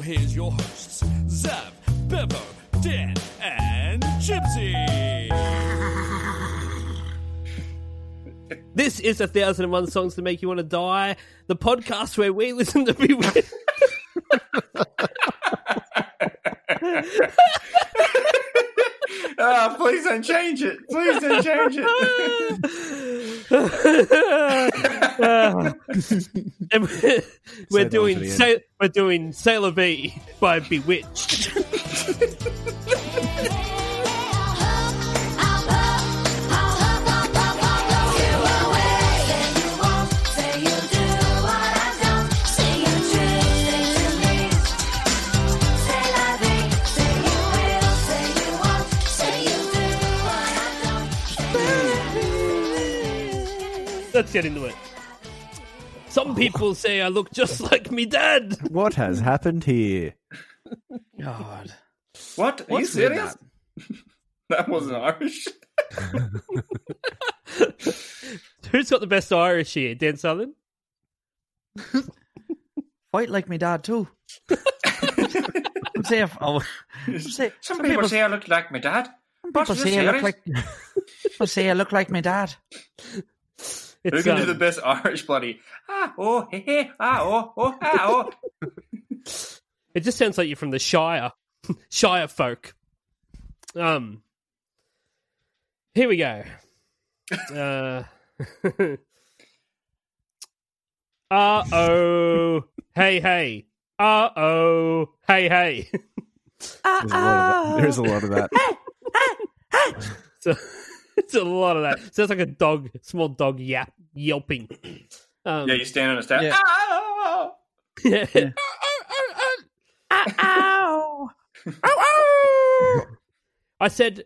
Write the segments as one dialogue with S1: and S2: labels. S1: here's your hosts, Zav, Bevo, Dan, and Gypsy.
S2: This is a thousand and one songs to make you want to die. The podcast where we listen to people.
S3: Ah, please don't change it. Please don't change it.
S2: and we're, we're
S4: Save that one for
S2: doing
S4: the
S2: Sa- we're doing Sailor V by Bewitched. Let's get into it. Some people say I look just like me dad.
S4: What has happened here?
S3: God. What? Are you
S2: What's with
S3: serious? That? wasn't Irish.
S2: Who's got the best Irish here? Dan Southern?
S5: Fight like me dad too. say if, oh, say,
S3: Some, people,
S5: people-
S3: say I look like my dad.
S5: people
S3: What's
S5: say I
S3: this, Irish?
S5: look like people say I look like my dad.
S3: Who
S2: It's
S3: can do
S2: um,
S3: the best Irish bloody? Ah, oh, hey, hey, ah, oh, oh, ah, oh.
S2: It just sounds like you're from the Shire, Shire folk. Um, here we go. Uh, uh oh, hey hey, uh oh, hey hey. Oh,
S4: There's a lot of that. There's a lot of that.
S2: So it's a lot of that. Sounds like a dog, small dog yap yelping. Um,
S3: Yeah, you stand on a step.
S5: Yeah.
S3: Ah,
S2: yeah. I said,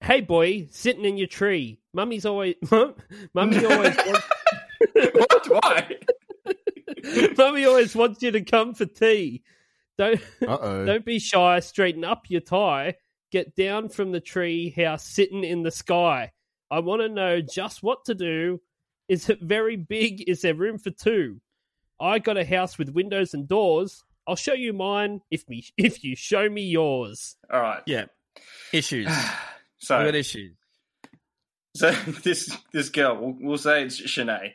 S2: "Hey boy, sitting in your tree. Mummy's always, mummy always, wants,
S3: what? Why?
S2: mummy always wants you to come for tea. Don't,
S4: Uh oh.
S2: don't be shy. Straighten up your tie. Get down from the tree house, sitting in the sky. I want to know just what to do. Is it very big? Is there room for two? I got a house with windows and doors. I'll show you mine if me if you show me yours.
S3: All right.
S5: Yeah, issues.
S3: So,
S5: issues.
S3: so this this girl, we'll, we'll say it's Shanae.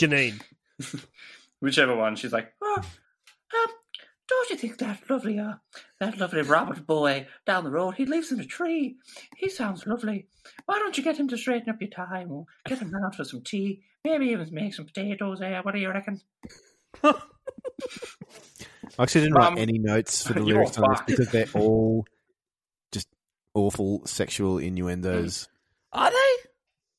S2: Janine.
S3: whichever one. She's like, oh, um, don't you think that lovely, uh, that lovely Robert boy down the road? He lives in a tree. He sounds lovely. Why don't you get him to straighten up your tie? and We'll get him round for some tea. Maybe even make some potatoes. Eh? What do you reckon?
S4: I actually didn't
S3: Um,
S4: write any notes for the
S3: you're
S4: lyrics on this
S3: fucked.
S4: because they're all just awful sexual innuendos.
S5: Are they?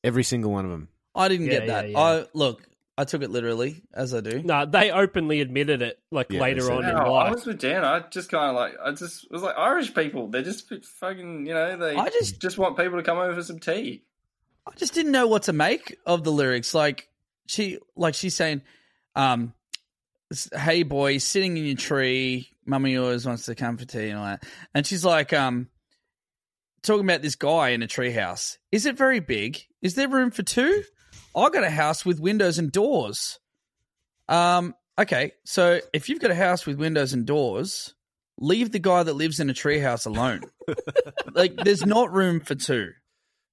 S4: Every single one of them.
S5: I didn't
S2: Yeah,
S5: get that.
S2: yeah, yeah.
S5: I look. I took it literally as I do.
S2: No, they openly admitted it like
S4: Yeah, they
S2: later
S4: said
S2: on
S4: it.
S2: in
S3: No, Oh, I
S2: life.
S3: was with Dan. I just kind of like, I just was like Irish people. They're just f- fucking, you know, they
S5: I
S3: just
S5: just-
S3: just want people to come over for some tea.
S5: I just didn't know what to make of the lyrics. Like she, like she's saying, um, s- "Hey boy, sitting in your tree, mummy always wants to come for tea and all that." And she's like, um, talking about this guy in a treehouse. Is it very big? Is there room for two? I got a house with windows and doors. Um, okay, so if you've got a house with windows and doors, leave the guy that lives in a treehouse alone. like, there's not room for two.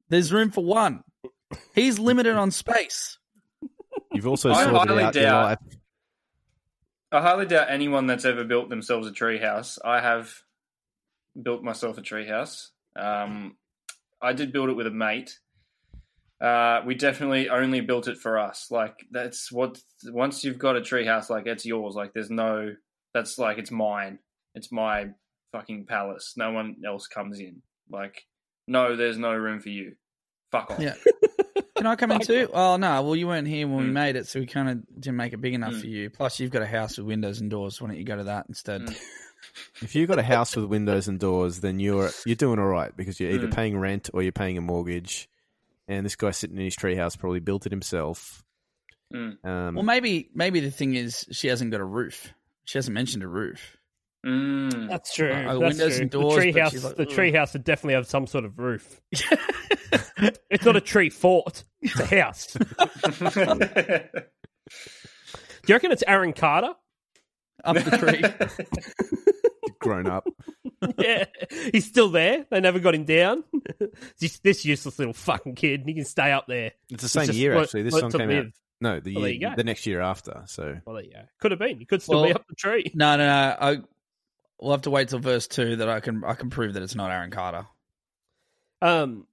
S5: There's room for one. He's limited on space.
S4: You've also
S3: I
S4: sorted
S3: highly
S4: out your
S3: doubt-
S4: life.
S3: I highly doubt anyone that's ever built themselves a treehouse. I have built myself a treehouse. Um, I did build it with a mate. Uh, we definitely only built it for us. Like that's what once you've got a treehouse, like it's yours. Like there's no that's like it's mine. It's my fucking palace. No one else comes in. Like no, there's no room for you. Fuck off.
S5: Yeah. Can I come in too? Oh no. Well, you weren't here when we made it, so we kind of didn't make it big enough
S3: Mm.
S5: for you. Plus, you've got a house with windows and doors. Why don't you go to that instead?
S3: Mm.
S4: If you've got a house with windows and doors, then you're you're doing all right because you're either
S3: Mm.
S4: paying rent or you're paying a mortgage. And this guy sitting in his treehouse probably built it himself.
S3: Mm.
S4: Um,
S5: Well, maybe maybe the thing is she hasn't got a roof. She hasn't mentioned a roof.
S3: Mm.
S2: That's true.
S5: Uh,
S2: That's
S5: windows
S2: true.
S5: and doors,
S2: the
S5: but
S2: treehouse,
S5: she's like,
S2: the
S5: "Ugh."
S2: treehouse would definitely have some sort of roof. it's not a tree fort; it's a house. Do you reckon it's Aaron Carter?
S5: Up the tree.
S4: grown up.
S2: yeah, he's still there. They never got him down. this, this useless little fucking kid. He can stay up there.
S4: It's the
S2: He's
S4: same
S2: just
S4: year
S2: learnt-
S4: actually. This
S2: learnt to
S4: song came out.
S2: live.
S4: No, the
S2: Well, there you
S4: year,
S2: go.
S4: the next year after. So
S2: Well, there you go. Could have been. He could still be
S5: Well-
S2: up the tree.
S5: no, no, no. I we'll have to wait till verse two that I can I can prove that it's not Aaron Carter.
S2: Um,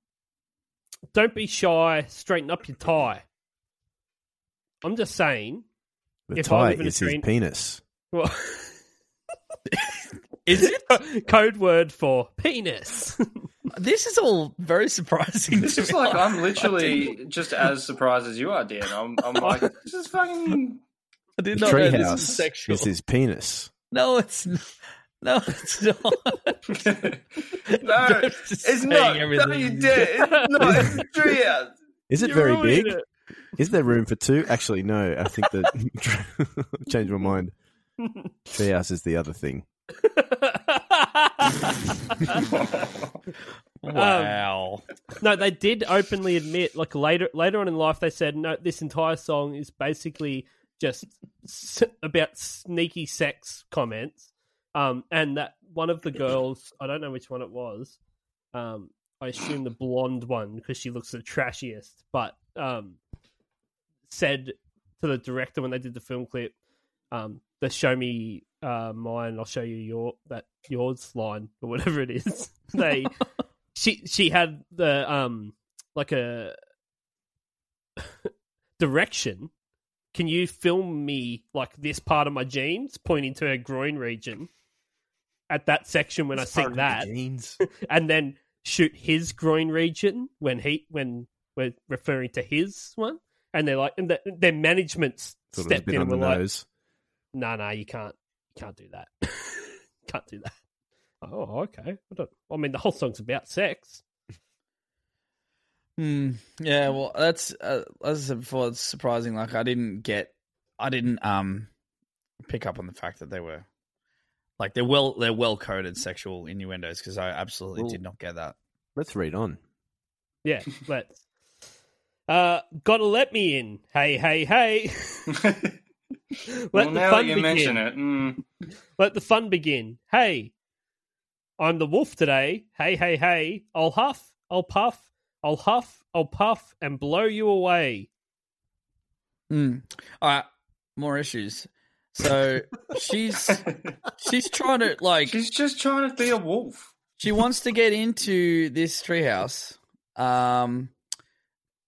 S2: don't be shy. Straighten up your tie. I'm just saying.
S4: the
S2: If I
S4: tie
S2: live in a
S4: is his
S2: train-
S4: penis.
S2: Well,
S5: Is it?
S2: code word for penis.
S5: This is all very surprising.
S3: This
S5: to
S3: is
S5: me.
S3: like I'm literally just as surprised as you are, Dan. I'm, I'm like, this is fucking.
S5: I did not know this is
S4: Treehouse
S5: sexual.
S4: is his penis.
S5: No, it's n- no, it's not.
S3: no,
S5: Bev's just
S3: it's
S5: saying
S3: not. No,
S5: everything.
S3: you did. It's not. It's Treehouse.
S4: Is it
S2: You
S4: very
S2: ruined
S4: big?
S2: it.
S4: Is there room for two? Actually, no. I think that changed my mind. Treehouse is the other thing.
S5: Wow.
S2: Um, no, they did openly admit. Like later, later on in life, they said, "No, this entire song is basically just s- about sneaky sex comments." Um, and that one of the girls, I don't know which one it was. Um, I assume the blonde one because she looks the trashiest. But um, said to the director when they did the film clip, um, the "Show me uh, mine, I'll show you your that yours" line or whatever it is. they she she had the um like a direction. Can you film me like this part of my jeans, pointing to her groin region at that section when I sing that,
S4: Jeans.
S2: and then shoot his groin region when he when we're referring to his one, and they're like, and the, their management s-
S4: Thought it was a
S2: stepped in
S4: bit on
S2: and
S4: the
S2: were like,
S4: nose.
S2: no, no, you can't, you can't do that. can't do that. Oh, okay. I, don't, I mean, the whole song's about sex.
S5: Hmm. Yeah. Well, that's uh, as I said before. It's surprising. Like I didn't get, I didn't um pick up on the fact that they were like they're well they're well coded sexual innuendos because I absolutely
S4: Well-
S5: did not get that.
S4: Let's read on.
S2: Yeah, let's. Uh, gotta let me in. Hey, hey, hey. let
S3: well,
S2: the
S3: now
S2: fun
S3: that you
S2: begin.
S3: mention it, mm,
S2: Let the fun begin. Hey, I'm the wolf today. Hey, hey, hey. I'll huff, I'll puff, I'll huff, I'll puff, and blow you away.
S5: Hmm. All right. More issues. So she's she's trying to like
S3: she's just trying to be a wolf.
S5: she wants to get into this treehouse. Um,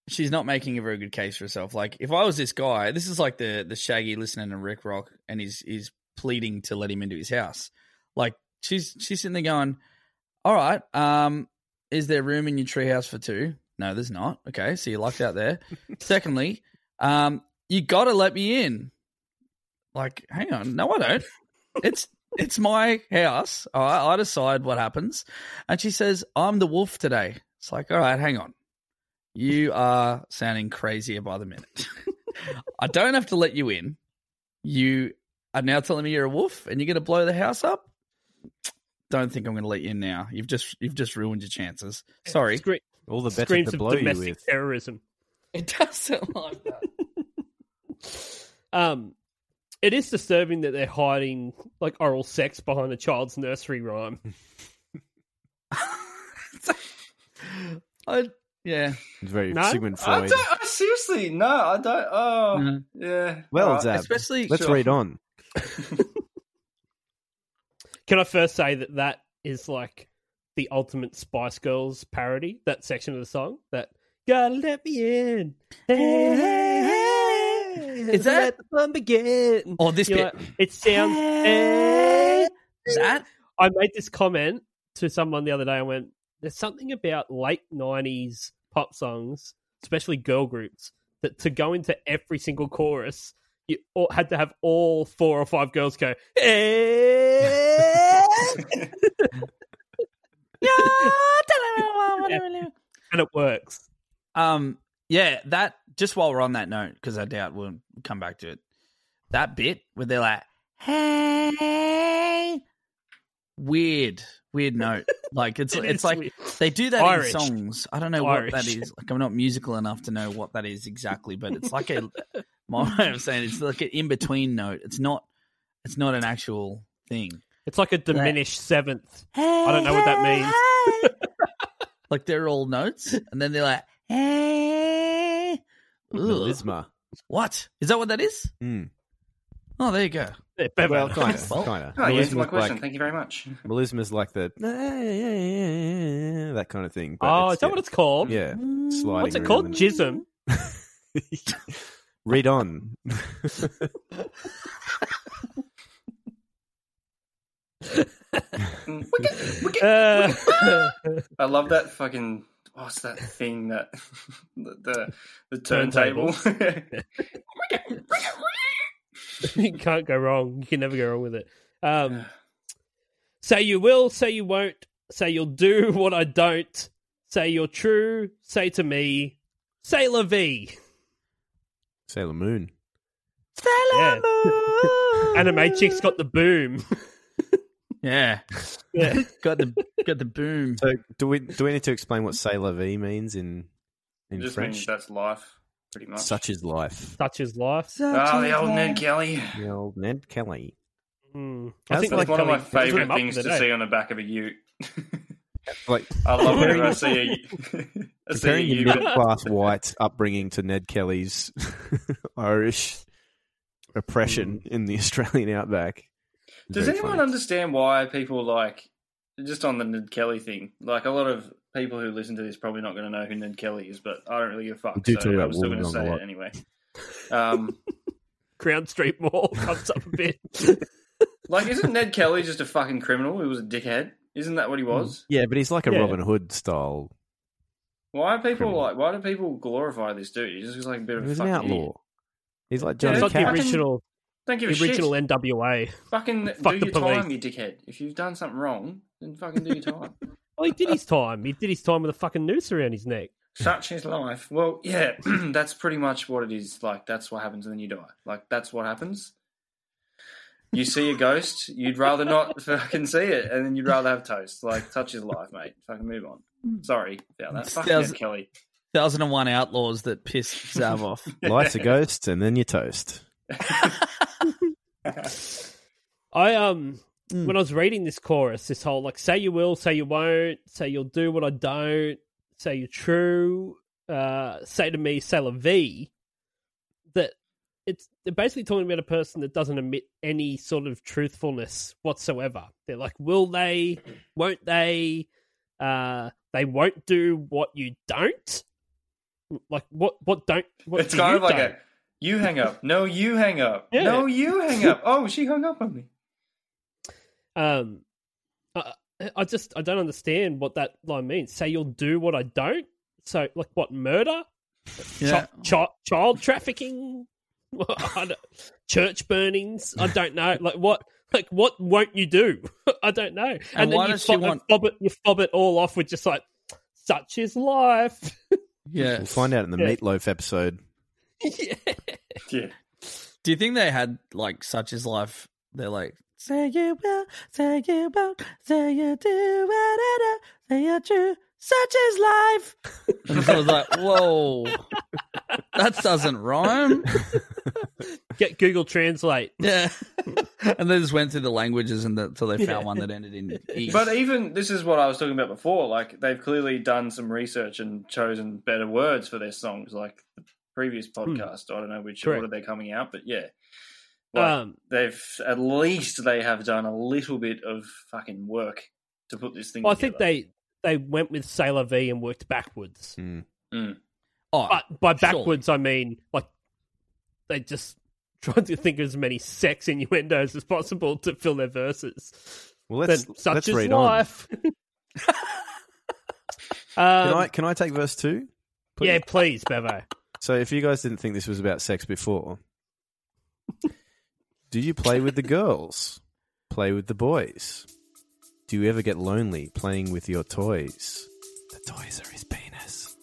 S5: she's not making a very good case for herself. Like, if I was this guy, this is like the the Shaggy listening to Rick Rock, and he's he's pleading to let him into his house. Like, she's she's sitting there going, "All right, um, is there room in your treehouse for two? No, there's not. Okay, so you lucked out there. Secondly, um, you gotta let me in. Like, hang on, no, I don't. It's it's my house. All right, I decide what happens. And she says, I'm the wolf today. It's like, all right, hang on. You are sounding crazier by the minute. I don't have to let you in. You are now telling me you're a wolf and you're going to blow the house up. Don't think I'm going to let you in now. You've just you've just ruined your chances. Sorry.
S2: Scre-
S4: All the better
S2: screams
S4: to
S2: of
S4: blow you
S2: domestic
S4: with.
S2: terrorism.
S5: It does sound like that.
S2: Um, it is disturbing that they're hiding like oral sex behind a child's nursery rhyme.
S5: I, yeah.
S4: It's very
S2: No?
S4: Sigmund
S3: I
S4: Freud.
S3: don't. I, seriously, no, I don't. Oh,
S5: Mhm.
S3: yeah.
S4: Well,
S3: Alright.
S4: Zab,
S5: Especially
S4: let's
S3: sure.
S4: read on.
S2: Can I first say that that is like the ultimate Spice Girls parody? That section of the song that "Gotta Let Me In." Hey, hey, hey,
S5: Is that-
S2: let the fun begin?
S5: Oh, this
S2: You're
S5: bit.
S2: like, it sounds. Hey.
S5: That
S2: I made this comment to someone the other day. I went, "There's something about late '90s pop songs especially girl groups, that to go into every single chorus, you all, had to have all four or five girls go, "Eh." and it works.
S5: Um, yeah, that just while we're on that note, because I doubt we'll come back to it. That bit where they're like, "Hey," weird, weird note. Like it's
S2: It
S5: it's
S2: is
S5: like
S2: weird.
S5: they do that
S2: Irish.
S5: in songs. I don't know what that
S2: Irish.
S5: is. Like I'm not musical enough to know what that is exactly, but it's like a my way of saying it's like an in between note. It's not it's not an actual thing.
S2: It's like a diminished seventh. I don't know what that means.
S5: Like they're all notes, and then they're like, "Hey, Ugh.
S4: Melisma.
S5: what is that? What that is?
S4: Mm.
S5: Oh, there you go.
S2: Bevo.
S4: Well, kind of,
S5: Well-
S4: kind of.
S3: Oh, you answered my question. Thank you very much.
S4: Melisma's like the that kind of thing. but
S2: Oh, is that what it's called? Mm,
S4: yeah, yeah, sliding.
S2: What's it
S4: around
S2: called?
S4: and-
S2: Jism.
S4: Read on.
S2: Uh,
S3: Mm. I love that fucking what's that thing that the the, the turntable.
S2: Turntable. you can't go wrong. You can never go wrong with it. Um, say you will, say you won't, say you'll do what I don't, say you're true, say to me, say la vie.
S4: Sailor Moon.
S2: Yeah. Animatrix got the boom.
S5: Yeah,
S2: Yeah.
S5: got the got the boom.
S4: So do we do we need to explain what Sailor V means in
S3: It
S4: in
S3: just means
S4: French?
S3: that's life, pretty much.
S4: Such is life.
S2: Such is life.
S3: Ah, the old Ned Kelly.
S4: The old Ned Kelly.
S2: Mm.
S4: That's
S3: It's like one of my
S2: Kelly drew him
S3: favourite
S2: up
S3: things
S2: with
S3: to
S2: it, eh?
S3: see on the back of a ute.
S4: Like
S3: I love whenever I see a, I see a
S4: comparing your
S3: ute.
S4: middle class white upbringing to Ned Kelly's Irish oppression in the Australian outback. It's
S3: Mm. Does
S4: very
S3: anyone
S4: funny.
S3: understand why people like just on the Ned Kelly thing? Like a lot of people who listen to this probably not going to know who Ned Kelly is, but I don't really give a fuck.
S4: We do
S3: so
S4: talk about
S3: I'm still going to
S4: Wollongong a
S3: say
S4: lot.
S3: it anyway. Um,
S2: Crown Street Mall comes up a bit.
S3: like, isn't Ned Kelly just a fucking criminal? He was a dickhead. Isn't that
S4: Hmm.
S3: what he was?
S4: Yeah, but he's like a
S2: Yeah.
S4: Robin Hood style.
S3: Why are people
S4: Criminal.
S3: like? Why do people glorify this dude? He's just like a bit
S4: He
S3: of a
S4: was an
S3: fucking
S4: outlaw.
S3: idiot.
S4: He's like
S3: Yeah,
S4: Johnny
S2: it's like the
S4: Cash.
S2: original,
S3: Don't give a
S2: the original
S3: shit.
S2: NWA.
S3: Fucking
S2: Fuck
S3: do
S2: the
S3: your time, you
S2: police.
S3: dickhead. If you've done something wrong, then fucking do your time.
S2: Well, he did his time. He did his time with a fucking noose around his neck.
S3: Such is life. Well, yeah, that's pretty much what it is. Like, that's what happens, and then you die. Like, that's what happens. You see a ghost, you'd rather not fucking see it, and then you'd rather have toast. Like, touch is life, mate. Fucking move on. Sorry about that. Fuck
S5: Sounds-
S3: Ned Kelly.
S5: Thousand and one outlaws that pissed Zav off.
S4: Lights a ghost and then you toast.
S2: I um
S5: Mm.
S2: when I was reading this chorus, this whole like say you will, say you won't, say you'll do what I don't, say you're true, uh, say to me, say la vie, that it's they're basically talking about a person that doesn't admit any sort of truthfulness whatsoever. They're like, will they, won't they, uh, they won't do what you don't. Like what? What don't? What
S3: It's
S2: do
S3: kind
S2: you
S3: of like
S2: don't?
S3: a you hang up. No, you hang up.
S2: Yeah.
S3: No, you hang up. Oh, she hung up on me.
S2: Um, I, I just I don't understand what that line means. Say you'll do what I don't. So like what murder,
S5: Yeah.
S2: Chi- chi- child trafficking, I don't- church burnings. I don't know. Like what like what won't you do? I don't know. And,
S5: why
S2: you
S5: does she
S2: fob,
S5: want-
S2: fob it, you fob it all off with just like such is life.
S5: Yeah.
S4: We'll find out in the
S2: Yeah.
S4: meatloaf episode.
S2: yeah.
S3: Yeah.
S5: Do you think they had like such is life? They're like, say you will, say you won't, say you do, da-da-da, say you're true, such is life. And so I was like, whoa, that doesn't rhyme.
S2: Get Google Translate.
S5: Yeah. and they just went through the languages and until they found
S2: Yeah.
S5: one that ended in E.
S3: But even this is what I was talking about before. Like they've clearly done some research and chosen better words for their songs. Like the previous podcast, I don't know which
S2: Hmm. Correct.
S3: order they're coming out, but yeah, like,
S2: Um,
S3: they've at least they have done a little bit of fucking work to put this thing.
S2: well, I
S3: together.
S2: think they they went with Sailor V and worked backwards.
S4: Hmm.
S5: oh,
S2: Uh, But by
S5: surely.
S2: backwards, I mean like they just tried to think of as many sex innuendos as possible to fill their verses.
S4: Well, let's
S2: Then such
S4: let's
S2: is
S4: read on.
S2: life. um,
S4: Can I can I take verse two? Please.
S2: Yeah, please, Bevo.
S4: So if you guys didn't think this was about sex before, do you play with the girls? Play with the boys? Do you ever get lonely playing with your toys? The toys are his penis.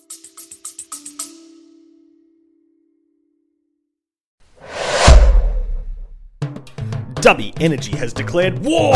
S6: W Energy has declared war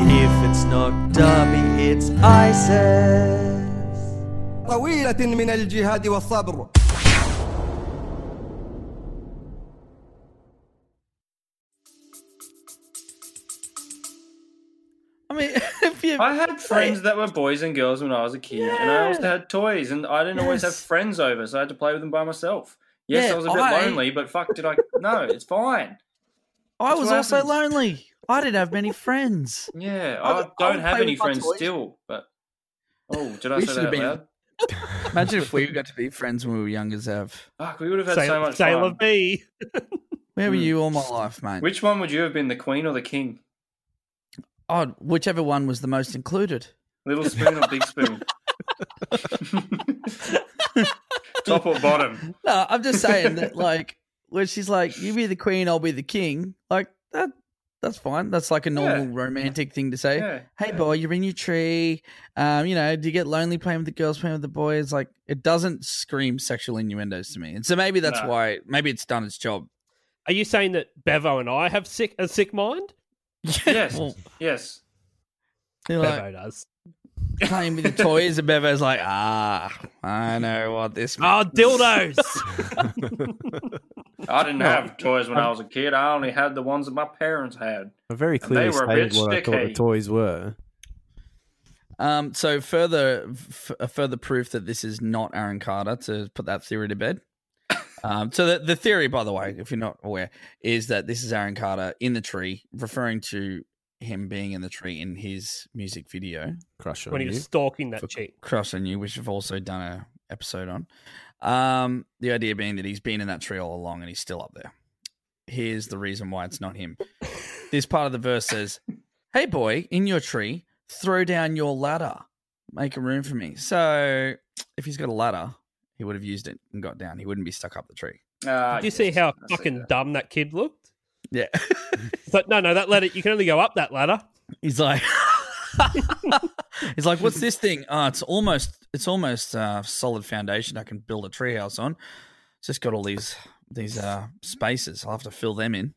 S6: if it's not Derby, it's ISIS.
S7: طويلة من الجهاد والصبر
S5: I mean, if you
S3: I had friends that were boys and girls when I was a kid, and I also had toys, and I didn't always have
S5: Yes.
S3: friends over, so I had to play with them by myself. Yes,
S5: Yeah,
S3: I was a bit
S5: I-
S3: lonely, but fuck, did I? No, it's fine.
S5: I
S3: That's
S5: was
S3: what
S5: also
S3: happens.
S5: lonely. I didn't have many friends.
S3: Yeah,
S5: I
S3: I,
S5: would- I
S3: don't
S5: would
S3: have
S5: play
S3: any
S5: with my
S3: friends
S5: toys.
S3: still, but oh, did I
S5: We
S3: say
S5: should've
S3: that out
S5: been-
S3: loud?
S5: Imagine if we got to be friends when we were young as Ev.
S3: Fuck, we would have had so
S2: Sailor,
S3: much
S2: Sailor
S3: fun.
S2: B.
S5: Where were
S3: Hmm.
S5: you all my life, mate?
S3: Which one would you have been, the queen or the king?
S5: oh, whichever one was the most included.
S3: Little spoon or big spoon? Top or bottom?
S5: No, I'm just saying that, like, when she's like, "You be the queen, I'll be the king," like that. That's fine. That's like a normal romantic thing to say.
S3: Yeah.
S5: Hey, boy, you're in your tree. Um, you know, do you get lonely playing with the girls, playing with the boys? Like, it doesn't scream sexual innuendos to me. And so maybe that's
S3: No.
S5: why. Maybe it's done its job.
S2: Are you saying that Bevo and I have sick a sick mind?
S3: Yes.
S5: Well,
S3: Yes.
S5: they're like,
S2: Bevo does.
S5: playing with the toys, and Bevo's like, ah, I know what this.
S2: Oh, dildos.
S3: I didn't have toys
S5: um,
S3: when I was a kid. I only had the ones that my parents had.
S4: I very
S3: they
S4: clearly
S3: were a bit
S4: stated what I thought the
S3: sticky.
S4: toys were.
S5: Um, so further, f- a further proof that this is not Aaron Carter to put that theory to bed. Um, so the, the theory, by the way, if you're not aware, is that this is Aaron Carter in the tree, referring to him being in the tree in his music video
S4: Crush on
S2: when he
S4: you.
S2: was stalking that chick.
S5: "Crush on You," which we've also done a episode on. Um, the idea being that he's been in that tree all along and he's still up there. Here's the reason why it's not him. this part of the verse says, "Hey boy, in your tree, throw down your ladder, make a room for me." So, if he's got a ladder, he would have used it and got down. He wouldn't be stuck up the tree.
S3: Uh,
S2: Did you see
S3: yes,
S2: how
S3: I see
S2: fucking
S3: that.
S2: dumb that kid looked?
S5: Yeah,
S2: But no, no, that ladder. You can only go up that ladder.
S5: he's like, he's like, "What's this thing? Oh, it's almost, it's almost uh, solid foundation. I can build a treehouse on. It's just got all these these uh, spaces. I'll have to fill them in."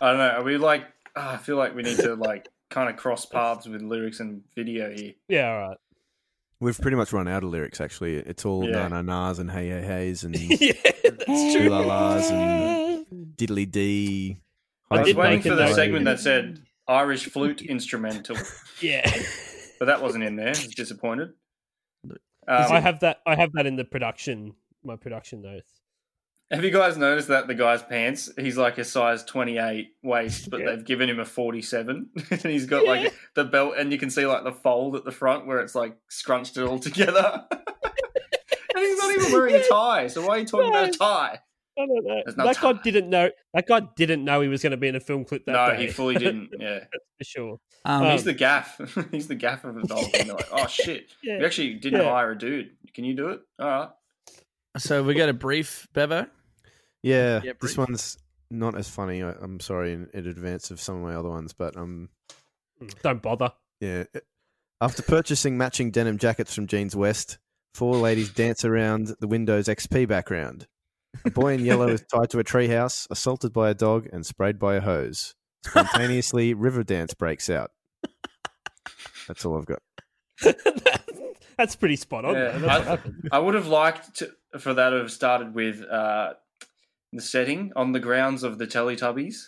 S3: I don't know. Are we like? ah, I feel like we need to like kind of cross paths with lyrics and video here.
S2: Yeah, all right.
S4: We've pretty much run out of lyrics, actually. It's all
S3: Yeah.
S4: na na nas and hey hey hey's and
S2: yeah, that's true.
S4: la las and diddly dee.
S3: I,
S2: I
S3: was
S2: did
S3: waiting
S2: make a
S3: for the
S2: note.
S3: segment that said Irish flute instrumental,
S2: Yeah,
S3: but that wasn't in there. I was disappointed. Um,
S2: I have that. I have that in the production. My production notes.
S3: have you guys noticed that the guy's pants? He's like a size twenty-eight waist, but they've given him a forty-seven, and he's got like the belt, and you can see like the fold at the front where it's like scrunched it all together. and he's not even wearing a tie, so why are you talking about a tie?
S2: I don't know.
S3: There's no
S2: That guy
S3: time.
S2: didn't know. That guy didn't know he was going to be in a film clip that
S3: No,
S2: day.
S3: he fully didn't. Yeah.
S2: for sure.
S5: Um,
S2: Um,
S3: He's the gaff. He's the gaff of the dog. And they're like, oh shit,
S2: Yeah.
S3: we actually didn't
S2: Yeah.
S3: hire a dude. Can you do it? All right.
S2: Uh.
S5: so we got a brief, Bevo.
S4: Yeah,
S5: Yeah,
S4: this
S5: brief.
S4: one's not as funny. I, I'm sorry in, in advance of some of my other ones, but um,
S2: Hmm. Don't bother.
S4: yeah. After purchasing matching denim jackets from Jeans West, four ladies dance around the Windows XP background. A boy in yellow is tied to a treehouse, assaulted by a dog, and sprayed by a hose. Spontaneously, river dance breaks out. That's all I've got.
S2: that's pretty spot on.
S3: Yeah.
S2: though. That's what
S3: I-
S2: happened.
S3: I would have liked to, for that to have started with uh, the setting on the grounds of the Teletubbies,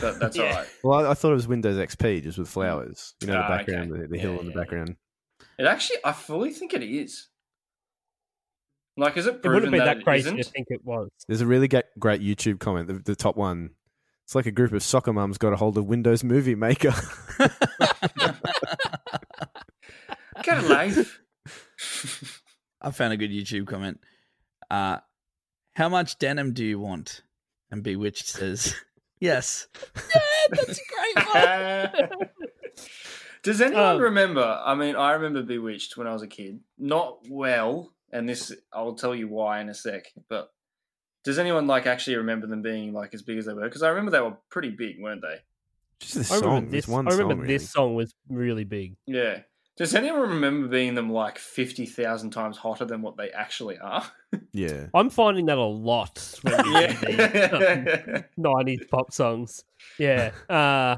S3: but that's
S2: Yeah.
S3: all right.
S4: Well, I, I thought it was Windows XP just with flowers. You know, the
S3: Ah, okay.
S4: background, the, the hill
S3: Yeah,
S4: in the
S3: yeah, yeah.
S4: background.
S3: It actually, I fully think it is. Like, is
S2: It wouldn't
S3: it proven
S2: be
S3: that,
S2: that
S3: it
S2: crazy
S3: isn't?
S2: to think it was.
S4: There's a really ga- great YouTube comment, the, the top one. It's like a group of soccer mums got a hold of Windows Movie Maker.
S3: Get a life.
S5: I found a good YouTube comment. Uh, how much denim do you want? And Bewitched says, yes.
S3: Does anyone
S2: Um,
S3: remember? I mean, I remember Bewitched when I was a kid. Not well, and this I'll tell you why in a sec. But does anyone like actually remember them being like as big as they were? Because I remember they were pretty big, weren't they?
S4: Just this
S2: I
S4: song.
S2: remember
S4: this
S2: this.
S4: one
S2: I remember
S4: song,
S2: this song was really big.
S3: Yeah. Does anyone remember being them like fifty thousand times hotter than what they actually are?
S4: really. Yeah.
S2: I'm finding that a lot. When you hear these,
S3: Yeah.
S2: 90s pop songs. Yeah. Uh,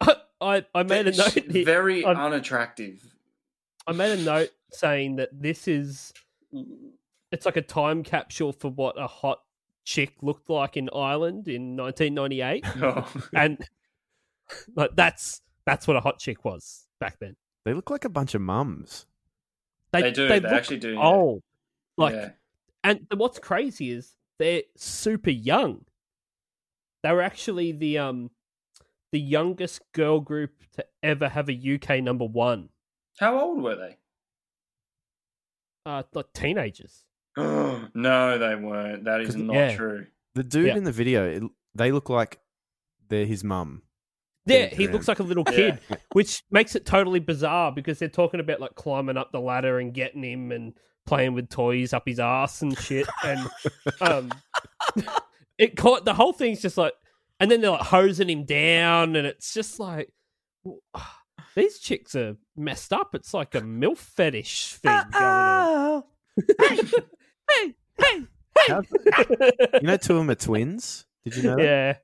S2: I, I made a note. here- Um,
S3: Very
S2: I'm-
S3: unattractive.
S2: I made a note saying that this is it's like a time capsule for what a hot chick looked like in Ireland in 1998,
S3: Oh.
S2: and like that's that's what a hot chick was back then.
S4: They look like a bunch of mums.
S3: They do, they
S2: look
S3: actually do, yeah.
S2: Old, like,
S3: Yeah.
S2: and what's crazy is they're super young. They were actually the um the youngest girl group to ever have a UK number one.
S3: How old were they?
S2: Uh, like teenagers.
S3: no, they weren't. That is
S4: 'Cause-
S3: not
S2: yeah.
S3: true.
S4: The dude
S2: Yeah.
S4: in the video, it, they look like they're his mum.
S2: Yeah,
S4: Yeah,
S2: he
S4: yeah.
S2: looks like a little
S3: Yeah.
S2: kid, which makes it totally bizarre because they're talking about like climbing up the ladder and getting him and playing with toys up his ass and shit. And um, it caught the whole thing's just like, and then they're like hosing him down, and it's just like w- these chicks are messed up. It's like a milf fetish thing going on.
S4: How- you know, two of them are twins. Did you know? that?
S2: Yeah,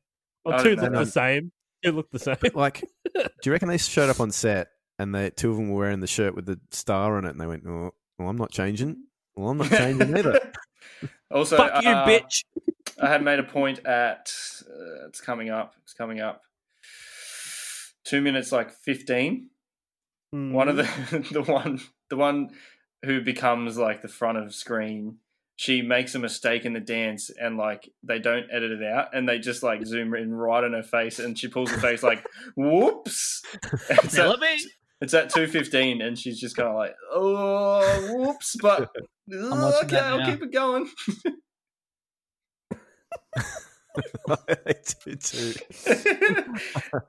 S3: I
S2: well,
S3: don't
S2: two
S3: know.
S2: look the same. Two look the same.
S4: Like, do you reckon they showed up on set and they two of them were wearing the shirt with the star on it, and they went, "Oh, well, I'm not changing. Well, I'm not changing either."
S3: Also,
S2: Fuck you,
S3: uh,
S2: bitch.
S3: I had made a point at uh, it's coming up. It's coming up. Two minutes like fifteen. One of the
S5: Mm-hmm.
S3: the one the one who becomes like the front of screen. She makes a mistake in the dance and like they don't edit it out and they just like zoom in right on her face and she pulls her face like whoops. It's at, it's at two fifteen and she's just kind of like oh whoops, but
S5: watching
S3: okay,
S5: that
S3: I'll
S5: now.
S3: keep it going.
S4: They do too.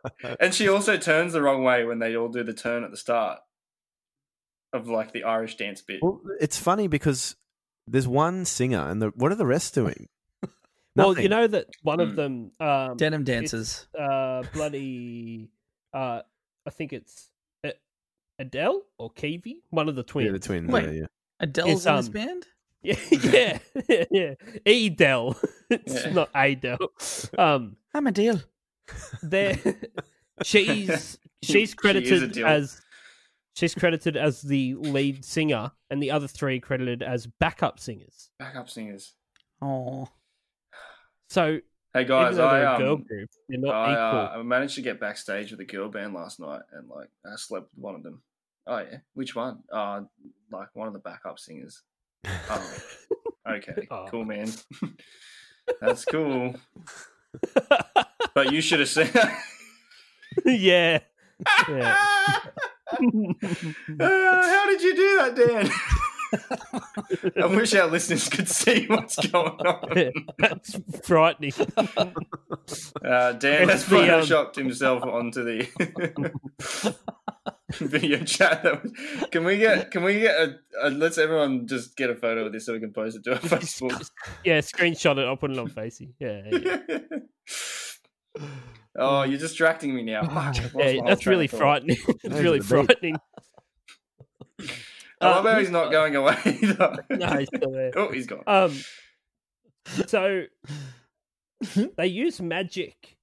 S3: and she also turns the wrong way when they all do the turn at the start of like the Irish dance bit.
S4: Well, it's funny because there's one singer, and the, what are the rest doing?
S2: well,
S4: Nothing.
S2: you know that one
S3: Hmm.
S2: of them. Um,
S5: Denim dancers.
S2: uh bloody uh I think it's A- Adele or Kiwi, one of the twins.
S4: Yeah, the twins.
S5: Wait.
S4: yeah, yeah.
S2: It's,
S5: Adele's in this
S2: um,
S5: band?
S2: Yeah, yeah, yeah. Adele. It's
S3: Yeah.
S2: not Adele. Um,
S5: I'm Adele.
S2: there. she's
S3: She is
S2: she's credited
S3: Adele.
S2: as she's credited as the lead singer, and the other three credited as backup singers.
S3: Backup singers.
S5: Oh.
S2: So
S3: Hey guys,
S2: even though
S3: I,
S2: they're a girl
S3: um,
S2: group, they're not
S3: I,
S2: equal.
S3: uh, I managed to get backstage with a girl band last night and like I slept with one of them. Oh yeah, which one? Uh like one of the backup singers. Oh, okay,
S2: Oh.
S3: cool man. That's cool. but you should have seen.
S2: yeah. Yeah.
S3: Uh, how did you do that, Dan? I wish our listeners could see what's going on.
S2: That's frightening.
S3: Uh, Dan has
S2: It's the, um,
S3: photoshopped himself onto the video chat. That was... Can we get? Can we get? A, a, let's everyone just get a photo of this so we can post it to our Facebook.
S2: Yeah, screenshot it. I'll put it on Facey. Yeah, yeah.
S3: oh, you're distracting me now. Fuck, I've lost my
S2: yeah
S3: whole
S2: that's
S3: train
S2: really
S3: of thought.
S2: frightening. it's
S4: Those
S2: really
S4: are the big-
S2: frightening.
S3: I love how he's not going away. Either.
S2: Uh, No, it's still there.
S3: Oh, he's gone.
S2: Um, so they use magic.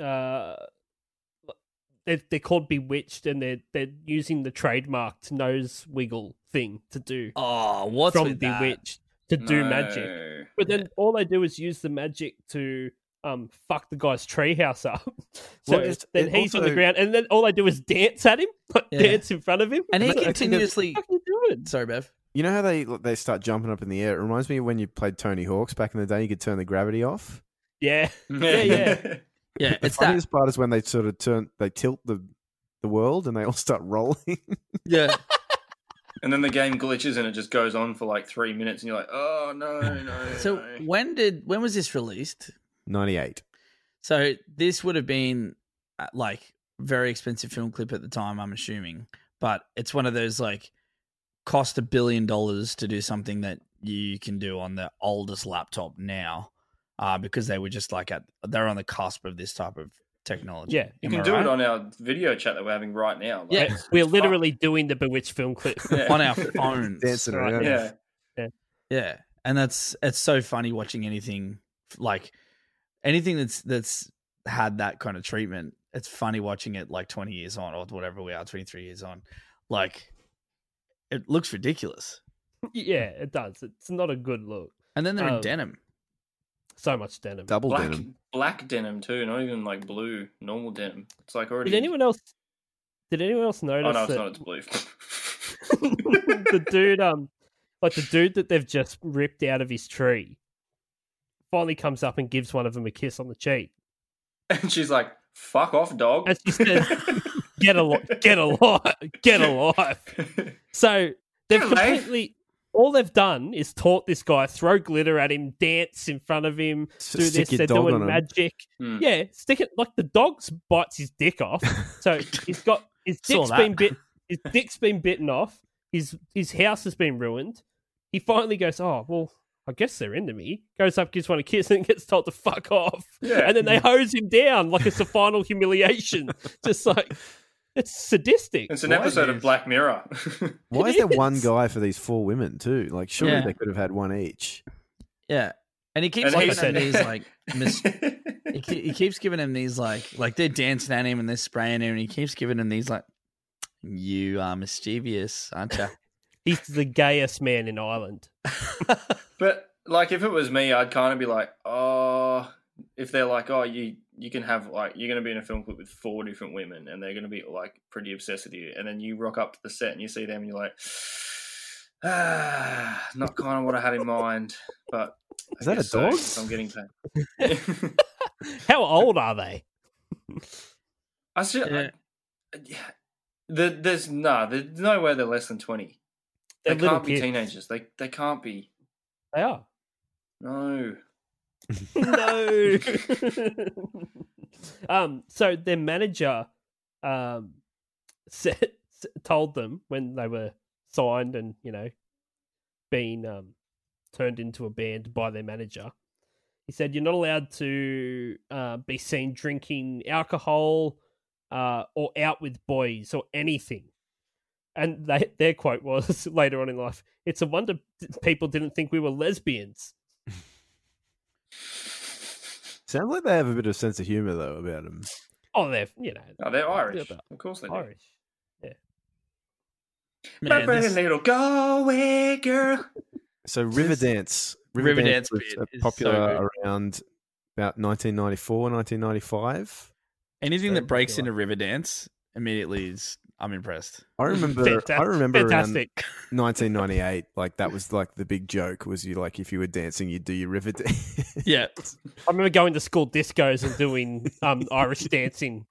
S2: Uh, they're, they're called bewitched, and they're they're using the trademarked nose wiggle thing to do
S5: Oh, what's
S2: from
S5: with that?
S2: bewitched to do magic.
S3: No.
S2: But then all they do is use the magic to um fuck the guy's treehouse up. so
S4: Well, it's-
S2: then
S4: it
S2: he's on
S4: also-
S2: the ground, and then all they do is dance at him, like
S5: Yeah.
S2: dance in front of him.
S5: And he
S2: It's like,
S5: continuously.
S2: What the fuck are you doing?
S5: Sorry, Bev.
S4: You know how they they start jumping up in the air? It reminds me of when you played Tony Hawk's back in the day. You could turn the gravity off.
S2: Yeah. Yeah, yeah.
S5: Yeah,
S4: The
S5: it's that.
S4: funniest part is when they sort of turn, they tilt the the world, and they all start rolling.
S5: Yeah,
S3: and then the game glitches and it just goes on for like three minutes, and you're like, oh no, no.
S5: So
S3: no.
S5: when did when was this released?
S4: Ninety eight.
S5: So this would have been uh, like very expensive film clip at the time, I'm assuming. But it's one of those like cost a billion dollars to do something that you can do on the oldest laptop now, uh, because they were just like at they're on the cusp of this type of technology.
S2: Yeah.
S3: you
S5: Am
S3: can
S5: I
S3: do
S5: right?
S3: it on our video chat that we're having right now. Like,
S5: Yeah.
S3: it's-
S2: We're
S3: it's
S2: literally doing the Bewitched film clip.
S3: fun. Yeah.
S5: on our phones.
S4: Dancing
S2: Right,
S4: around.
S3: yeah.
S5: Yeah, and that's it's so funny watching anything like anything that's that's had that kind of treatment. It's funny watching it like twenty years on or whatever we are, twenty three years on. Like it looks ridiculous,
S2: yeah, it does. It's not a good look.
S5: and then they're
S3: Oh.
S2: Um,
S5: in denim.
S2: So much denim.
S4: Double
S3: Black
S4: denim.
S3: black denim too, not even like blue, normal denim. It's like already.
S2: Did anyone else? Did anyone else
S3: Oh
S2: notice
S3: no, it's
S2: that
S3: not. It's blue.
S2: the dude, um, like the dude that they've just ripped out of his tree, finally comes up and gives one of them a kiss on the cheek,
S3: and she's like, "Fuck off, dog."
S2: and she says, "Get a li- get a life, get a life." So they've
S3: Get a life.
S2: completely all they've done is taught this guy throw glitter at him, dance in front of him,
S4: S-
S2: do
S4: stick
S2: this.
S4: your
S2: They're
S4: dog
S2: doing
S4: on 'em.
S2: magic.
S3: Hmm.
S2: Yeah, stick it like the dog's bites his dick off. So he's got his
S5: Saw
S2: dick's
S5: that.
S2: been bit. His dick's been bitten off. His his house has been ruined. He finally goes, oh well, I guess they're into me. Goes up, gives one a kiss, and gets told to fuck off.
S3: Yeah.
S2: And then
S4: Hmm.
S2: they hose him down like it's a final humiliation. Just like it's sadistic.
S3: It's an episode of Black Mirror.
S4: Why
S2: It
S4: is there
S2: is.
S4: one guy for these four women too? Like, surely
S5: Yeah.
S4: they could have had one each.
S5: Yeah, and he keeps
S3: And he
S5: giving
S3: said-
S5: him these like mis- he, ke- he keeps giving him these like like they're dancing at him and they're spraying him, and he keeps giving him these like you are mischievous, aren't you?
S2: He's the gayest man in Ireland.
S3: but like, if it was me, I'd kind of be like, "Oh." If they're like, "Oh, you you can have like you're going to be in a film clip with four different women, and they're going to be like pretty obsessed with you," and then you rock up to the set and you see them, and you're like. Ah, not kind of what I had in mind, but I
S4: Is that a
S3: guess so,
S4: dog?
S3: 'cause I'm getting paid.
S2: How old are they?
S3: I still,
S5: Yeah.
S3: I, yeah. The, there's nah, there's no way they're less than twenty. They
S2: They're little
S3: can't be
S2: kids.
S3: teenagers. They they can't be.
S2: They are.
S3: No.
S2: no. um, so their manager um, said, told them when they were signed and, you know, being um, turned into a band by their manager, he said, You're not allowed to uh, be seen drinking alcohol uh, or out with boys or anything. And they, their quote was later on in life, it's a wonder people didn't think we were lesbians.
S4: Sounds like they have a bit of sense of humor though about them.
S2: Oh, they're, you know,
S3: No, they're Irish.
S2: but-
S3: Of course they do.
S2: Irish.
S5: Man,
S3: Baby,
S5: this-
S3: little go away girl.
S4: So Riverdance,
S5: Riverdance
S4: Riverdance was
S5: bit
S4: uh,
S5: is so
S4: popular
S5: good.
S4: around about 1994, 1995.
S5: Anything that breaks into
S2: popular.
S5: Riverdance immediately is I'm impressed.
S4: I remember.
S2: Fantastic.
S4: I remember um, around
S2: Fantastic.
S4: 1998. Like that was like the big joke was you like if you were dancing, you'd do your Riverdance.
S5: Yeah.
S2: I remember going to school discos and doing um, Irish dancing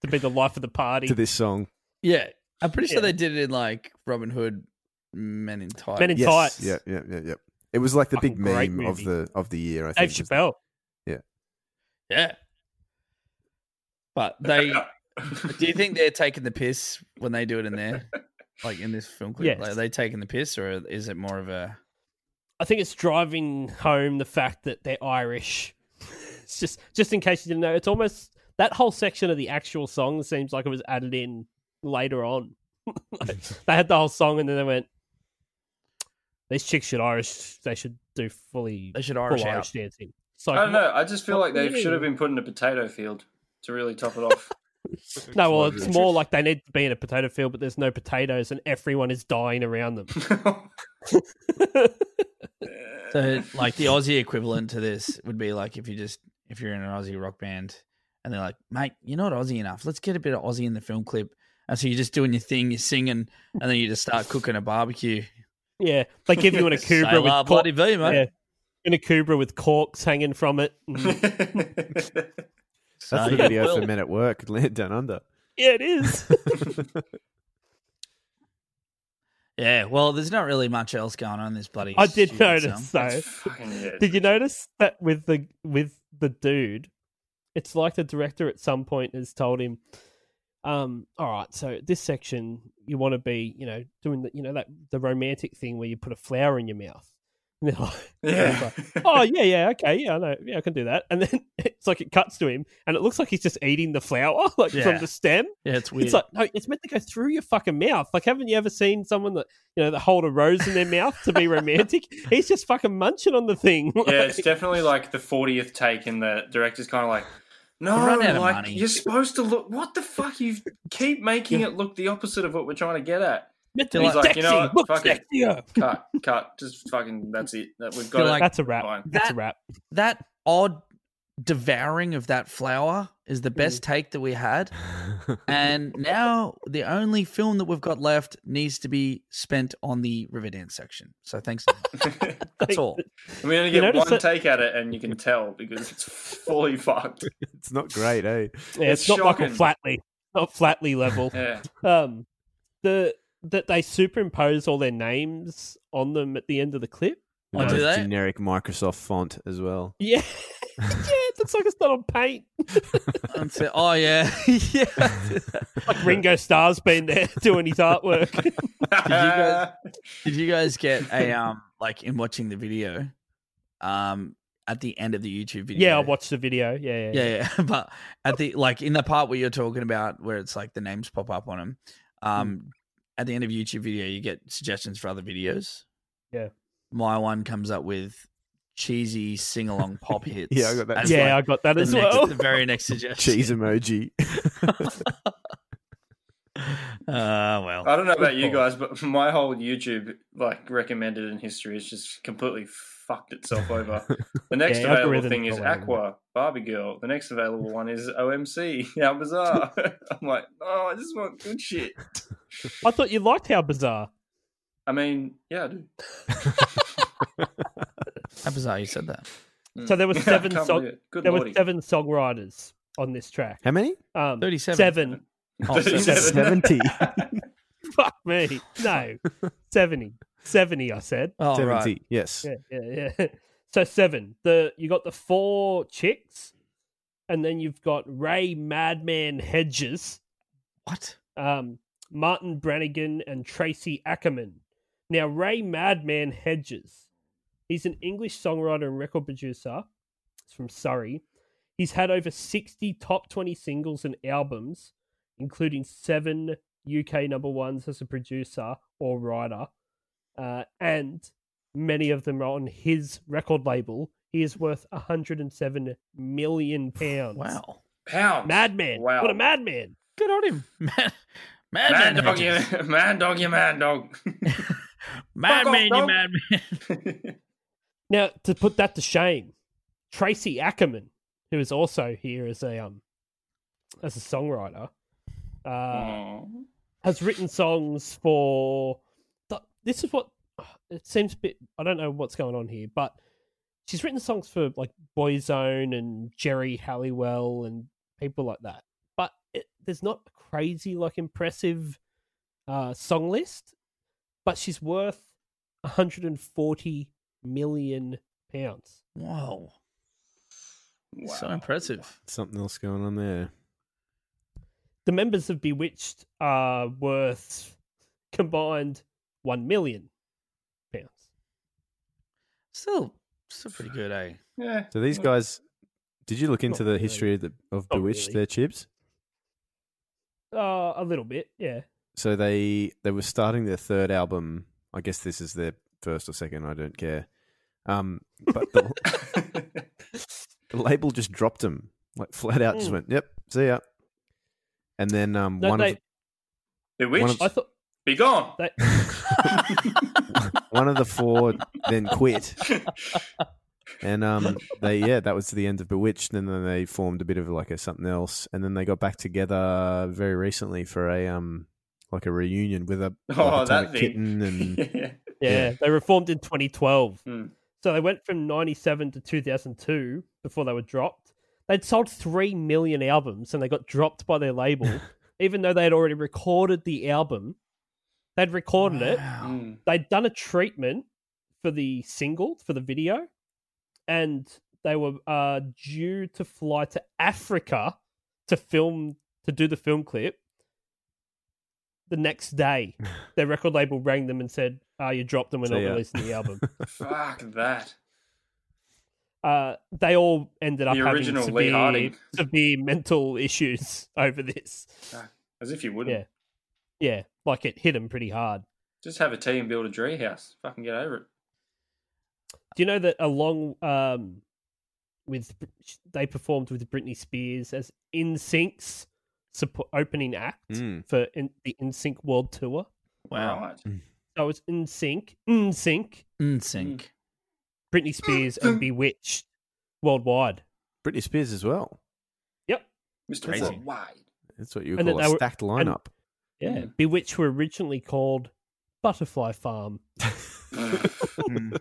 S2: to be the life of the party.
S4: to this song.
S5: Yeah. I'm pretty sure
S2: Yeah.
S5: they did it in like Robin Hood Men in Tights.
S2: Men in
S4: Yes.
S2: tights.
S4: Yeah, yeah, yeah, yeah. It was like the big
S2: Fucking great
S4: meme of
S2: movie.
S4: the of the year. I
S2: Dave
S4: think. was-
S2: Chappelle.
S5: yeah. But they do you think they're taking the piss when they do it in there? Like in this film clip?
S2: Yes.
S5: Like, are they taking the piss or is it more of a
S2: I think it's driving home the fact that they're Irish. It's just just in case you didn't know, it's almost that whole section of the actual song seems like it was added in later on. Like, they had the whole song and then they went, "These chicks should Irish. They should do fully
S5: they should
S2: full
S5: Irish
S2: Irish,
S5: out?
S2: dancing." It's like,
S3: I don't know. I just feel like they
S2: Really?
S3: should have been put in a potato field to really top it off.
S2: No, well, it's more like they need to be in a potato field, but there's no potatoes, and everyone is dying around them.
S5: So like the Aussie equivalent to this would be like if you just if you're in an Aussie rock band and they're like, mate, you're not Aussie enough. Let's get a bit of Aussie in the film clip. And so you're just doing your thing, you're singing, and then you just start cooking a barbecue.
S2: Yeah, they give you in a Cobra
S5: Say
S2: with
S5: la
S2: cork-
S5: bloody V, mate.
S2: yeah, in a Cobra with corks hanging from it. Mm, and-
S4: That's
S5: So-
S4: the video for men at work, land down under.
S2: yeah, it is.
S5: Yeah, well, there's not really much else going on in this bloody.
S2: I did
S5: stupid
S2: notice
S5: film.
S2: though.
S3: Fucking yeah.
S2: Did you notice that with the with the dude, it's like the director at some point has told him, um, all right, so this section you want to be, you know, doing the you know that the romantic thing where you put a flower in your mouth. And they're like,
S3: Yeah.
S2: oh yeah, yeah, okay, yeah, I know, yeah, I can do that. And then it's like it cuts to him, and it looks like he's just eating the flower, like
S5: Yeah.
S2: from the stem.
S5: Yeah, it's weird.
S2: It's like no, it's meant to go through your fucking mouth. Like, haven't you ever seen someone that you know that hold a rose in their mouth to be romantic? He's just fucking munching on the thing. Like,
S3: Yeah, it's definitely like the fortieth take, and the director's kind of like, "No,
S5: We've run out of
S3: like
S5: money."
S3: you're supposed to look. What the fuck? You keep making it look the opposite of what we're trying to get at."
S2: meant to
S5: He's
S2: be
S3: like, you know
S2: sexy.
S3: what?
S2: Look
S3: Fuck it.
S2: sexier.
S3: Cut, cut. Just fucking. That's it. That we've got
S5: Feel
S3: it.
S5: like-
S2: That's a wrap.
S3: Fine.
S2: That's a
S5: That-
S2: wrap.
S5: that odd devouring of that flower is the
S2: Mm.
S5: best take that we had. and now the only film that we've got left needs to be spent on the Riverdance section. So thanks. That's all.
S3: And we only
S2: You
S3: get
S2: notice
S3: one
S2: that-
S3: take at it, and you can tell because it's fully fucked.
S4: It's not great, eh?
S5: Oh,
S2: Yeah, it's,
S3: It's
S2: not Michael
S3: shocking.
S2: Flatley, not Flatley level.
S3: Yeah,
S2: um, the that they superimpose all their names on them at the end of the clip.
S5: Oh, do
S4: It's
S5: they?
S4: Generic Microsoft font as well.
S2: Yeah, yeah, it looks like it's not on paint.
S5: That's it. Oh yeah, yeah.
S2: Like Ringo Starr's been there doing his artwork.
S5: guys- Did you guys get a um like in watching the video, um at the end of the YouTube video?
S2: yeah, I watched the video. Yeah, yeah,
S5: Yeah, yeah. But at the like in the part where you're talking about where it's like the names pop up on them, um, at the end of YouTube video you get suggestions for other videos.
S2: Yeah.
S5: my one comes up with cheesy sing along pop hits.
S4: Yeah, I got that
S5: as,
S4: too.
S2: Yeah,
S5: like,
S2: I got that
S5: the,
S2: as
S5: next-
S2: well.
S5: the very next suggestion.
S4: Cheese emoji.
S5: Uh, well,
S3: I don't know about you guys, but my whole YouTube like recommended in history has just completely fucked itself over. The next
S2: Yeah,
S3: available
S2: algorithms
S3: thing is
S2: are like that.
S3: Aqua, Barbie Girl. The next available one is OMC. How bizarre! I'm like, oh, I just want good shit.
S2: I thought you liked how bizarre.
S3: I mean, yeah, I do.
S5: how bizarre you said that.
S2: So there were
S3: Mm. I
S2: seven
S3: can't
S2: song-
S3: believe it. Good
S2: There were
S3: lordy.
S2: seven songwriters on this track.
S4: How many?
S2: Um,
S5: 37.
S2: Seven.
S5: Oh, so-
S3: 37.
S4: 70.
S2: Fuck me. No, seventy. Seventy. I said.
S5: oh,
S4: 70,
S5: right.
S4: yes.
S2: Yeah, yeah, yeah. So seven. The you got the four chicks, and then you've got Ray Madman Hedges,
S5: What?
S2: um, Martin Brannigan, and Tracy Ackerman. Now Ray Madman Hedges, he's an English songwriter and record producer. He's from Surrey. He's had over sixty top twenty singles and albums, including seven UK number ones as a producer or writer, uh, and many of them are on his record label. He is worth 107 million pounds.
S5: Wow.
S3: Pounds.
S2: Madman.
S3: Wow.
S2: What a madman.
S5: Good on him. Man, man,
S3: Mad
S5: man,
S3: dog, you mad dog, you mad dog.
S5: man,
S3: Fuck off,
S5: man, you
S3: dog.
S5: man, man.
S2: Now, to put that to shame, Tracy Ackerman, who is also here as a um as a songwriter, uh,
S3: Aw.
S2: has written songs for. th- This is what it seems a bit. I don't know what's going on here, but she's written songs for like Boyzone and Jerry Halliwell and people like that. But it, there's not a crazy like impressive uh, song list. But she's worth 140 million pounds.
S5: Whoa.
S3: Wow.
S5: So impressive.
S4: Something else going on there.
S2: The members of Bewitched are worth combined 1 million pounds.
S5: Still, still pretty good, eh?
S3: Yeah.
S4: So these guys, did you look into
S2: Not
S4: the history of, the, of
S2: Not
S4: Bewitched,
S2: really.
S4: their chips?
S2: Uh, a little bit, yeah.
S4: So they they were starting their third album. I guess this is their first or second. I don't care. Um, but the, the label just dropped them, like flat out. Just
S3: Hmm.
S2: Mm.
S4: went, "Yep, see ya." And then um,
S2: No,
S4: one
S2: they,
S4: of
S3: Bewitched.
S2: I thought
S3: Be gone.
S2: they,
S4: one of the four then quit. And um, they yeah, that was the end of Bewitched, and then they formed a bit of like a something else, and then they got back together very recently for a um, like a reunion with a,
S3: Oh,
S4: like
S3: that
S4: Atomic
S3: thing.
S4: kitten and
S3: yeah.
S2: Yeah, they were formed in 2012.
S3: Hmm.
S2: So they went from 97 to 2002 before they were dropped. They'd sold 3 million albums and they got dropped by their label, even though they had already recorded the album. They'd recorded it,
S3: Mm.
S2: they'd done a treatment for the single for the video and they were uh, due to fly to africa to film to do the film clip the next day their record label rang them and said ah you dropped them we're
S4: See
S2: not
S4: ya."
S2: releasing the album
S3: Fuck that.
S2: uh, they all ended up having
S3: original Lee
S2: severe,
S3: Harding.
S2: severe mental issues over this
S3: As if you wouldn't.
S2: Yeah. yeah like it hit them pretty hard
S3: Just have a tea and build a tree house. Fucking get over it.
S2: Do you know that along um, with Br- they performed with Britney Spears as In Sync's support, opening act
S4: Mm.
S2: for in, the In Sync World Tour?
S5: Wow.
S3: Right.
S2: Hmm. So it's In Sync, In Sync,
S5: In sync.
S2: Britney Spears, and Bewitched worldwide.
S4: Britney Spears as well.
S2: Yep.
S3: Mr.
S4: Crazy.
S3: Worldwide.
S4: That's what you
S2: And
S4: call
S2: that
S4: a
S2: they were-
S4: stacked
S2: and-
S4: lineup.
S2: Yeah.
S5: Hmm.
S2: Bewitched were originally called Butterfly Farm.
S5: Mm.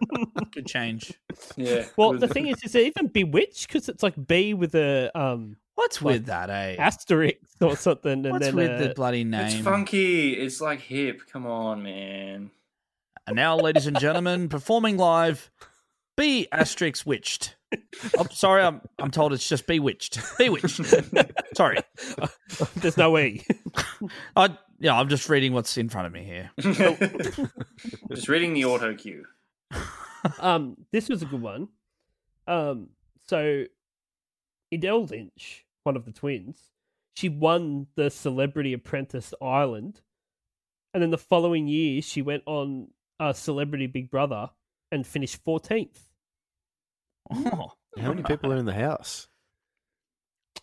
S5: Good change.
S3: Yeah.
S2: Well, the thing is, is it even Bewitched? Because it's like B with a um,
S5: What's with that, eh?
S2: asterisk or something. And
S5: What's
S2: then
S5: with
S2: uh,
S5: the bloody name?
S3: It's funky. It's like hip. Come on, man.
S5: And now, ladies and gentlemen, performing live, be asterisk witched. I'm sorry, I'm I'm told it's just bewitched. Bewitched. sorry.
S2: there's no E.
S5: I yeah, I'm just reading what's in front of me here.
S3: Just reading the auto cue.
S2: um, this was a good one. Um, so Idel Lynch, one of the twins, she won the Celebrity Apprentice Ireland, and then the following year she went on uh, Celebrity Big Brother and finished fourteenth.
S5: Oh.
S4: How many people are in the house?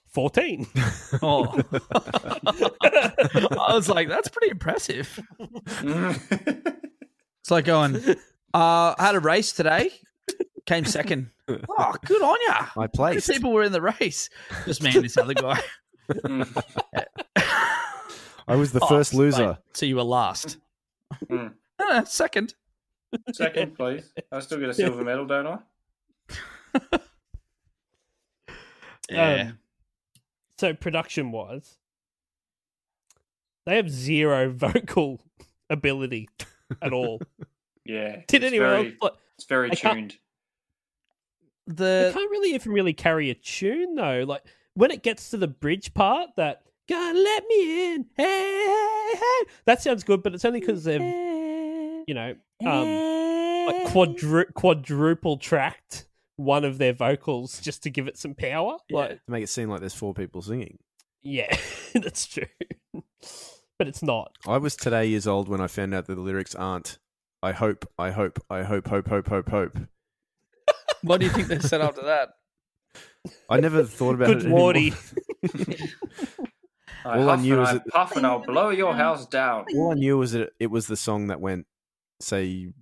S2: Fourteen.
S5: Oh. I was like, that's pretty impressive. It's like going, uh, I had a race today, came second. Oh, good on ya.
S4: I
S5: These
S4: placed.
S5: people were in the race. Just me and this other guy.
S4: I was the
S5: Oh,
S4: first loser.
S5: wait, so you were last.
S3: Hmm.
S5: No, no, second.
S3: Second, please. I still get a silver medal, don't I?
S5: Yeah.
S2: Um, so production wise, they have zero vocal ability at all.
S3: Yeah.
S2: Did
S3: it's
S2: anyone
S3: very,
S2: else? Like,
S3: It's very
S2: I can't-
S3: tuned.
S2: They
S4: Uh,
S5: the
S2: can't really even really carry a tune though. Like when it gets to the bridge part, that "God let me in," hey, hey, hey," that sounds good, but it's only because they've, you know, um, like quadru- quadruple tracked one of their vocals just to give it some power. Like,
S4: to make it seem like there's four people singing.
S2: yeah, that's true, but it's not.
S4: I was today years old when I found out that the lyrics aren't I hope, I hope, I hope, hope, hope, hope, hope.
S5: what do you think they said after that?
S4: I never thought about it.
S2: Good
S4: anymore.
S2: lordy,
S3: I
S4: All I
S3: huff
S4: knew
S3: and
S4: was
S3: I
S4: that-
S3: puff and I'll blow your house down.
S4: All I knew was that it was the song that went say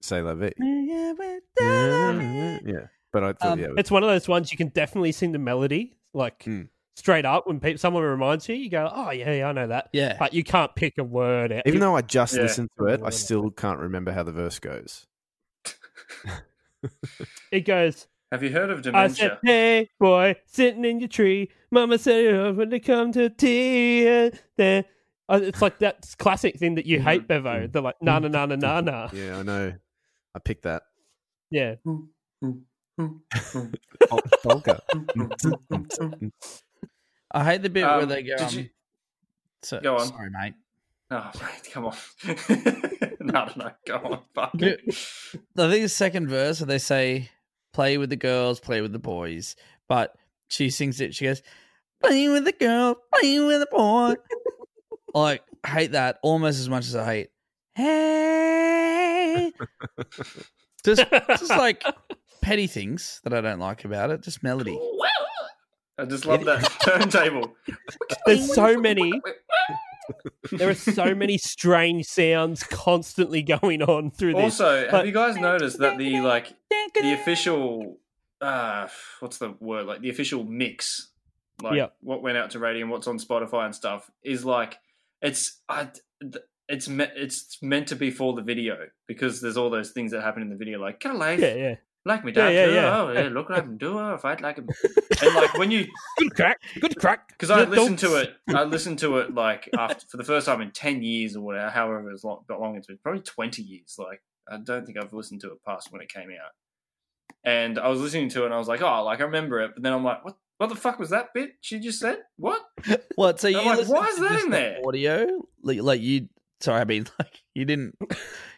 S4: say la vie. Yeah. But I thought
S5: Um,
S4: yeah, it was-
S2: it's one of those ones you can definitely sing the melody like.
S4: Mm.
S2: Straight up, when pe- someone reminds you, you go, "Oh yeah, yeah I know that."
S5: Yeah.
S2: but you can't pick a word out.
S4: even though I just
S3: Yeah.
S4: listened to it, I still can't remember how the verse goes.
S2: it goes,
S3: Have you heard of
S2: I
S3: dementia?
S2: said, "Hey boy, sitting in your tree, Mama said it was when to come to tea." and Then Uh, it's like that classic thing that you hate, Bevo. They're like, "Na na na na na na."
S4: Yeah, I know. I picked that.
S2: Yeah,
S4: Pol- Polka.
S5: I hate the bit
S3: Um,
S5: where they go.
S3: did
S5: um,
S3: you-
S5: so-
S3: go on.
S5: Sorry, mate.
S3: Oh, mate, come on. no, no, no, go on. Fuck
S5: Yeah.
S3: it.
S5: I think the second verse where they say, "Play with the girls, play with the boys," but she sings it. She goes, "Play with the girl, play with the boy." like I hate that almost as much as I hate. Hey, just just like petty things that I don't like about it. Just melody.
S3: I just love that turntable.
S2: there's so many. There are so many strange sounds constantly going on through this.
S3: Also, have
S2: But-
S3: you guys noticed that the like the official uh what's the word like the official mix like
S2: Yeah.
S3: what went out to radio and what's on Spotify and stuff is like it's I th- it's me- it's meant to be for the video because there's all those things that happen in the video, like get a life,
S2: Yeah, yeah.
S3: like me
S2: Yeah,
S3: dad,
S2: yeah,
S3: do,
S2: yeah.
S3: oh yeah, look what I can do, oh, fight like him, and like when you
S2: Good crack. Good crack.
S3: because I
S2: Yeah,
S3: listened
S2: dogs.
S3: to it, I listened to it like after for the first time in ten years or whatever, however as long, not long it's been, probably twenty years. Like I don't think I've listened to it past when it came out. And I was listening to it, and I was like, oh, like I remember it, but then I'm like, what? What the fuck was that bit she just said? What?
S5: What? So
S3: I'm
S5: you
S3: like,
S5: listened
S3: why is
S5: to
S3: that
S5: just
S3: in
S5: the
S3: there?
S5: Audio, like, like you. Sorry, I mean, like you didn't.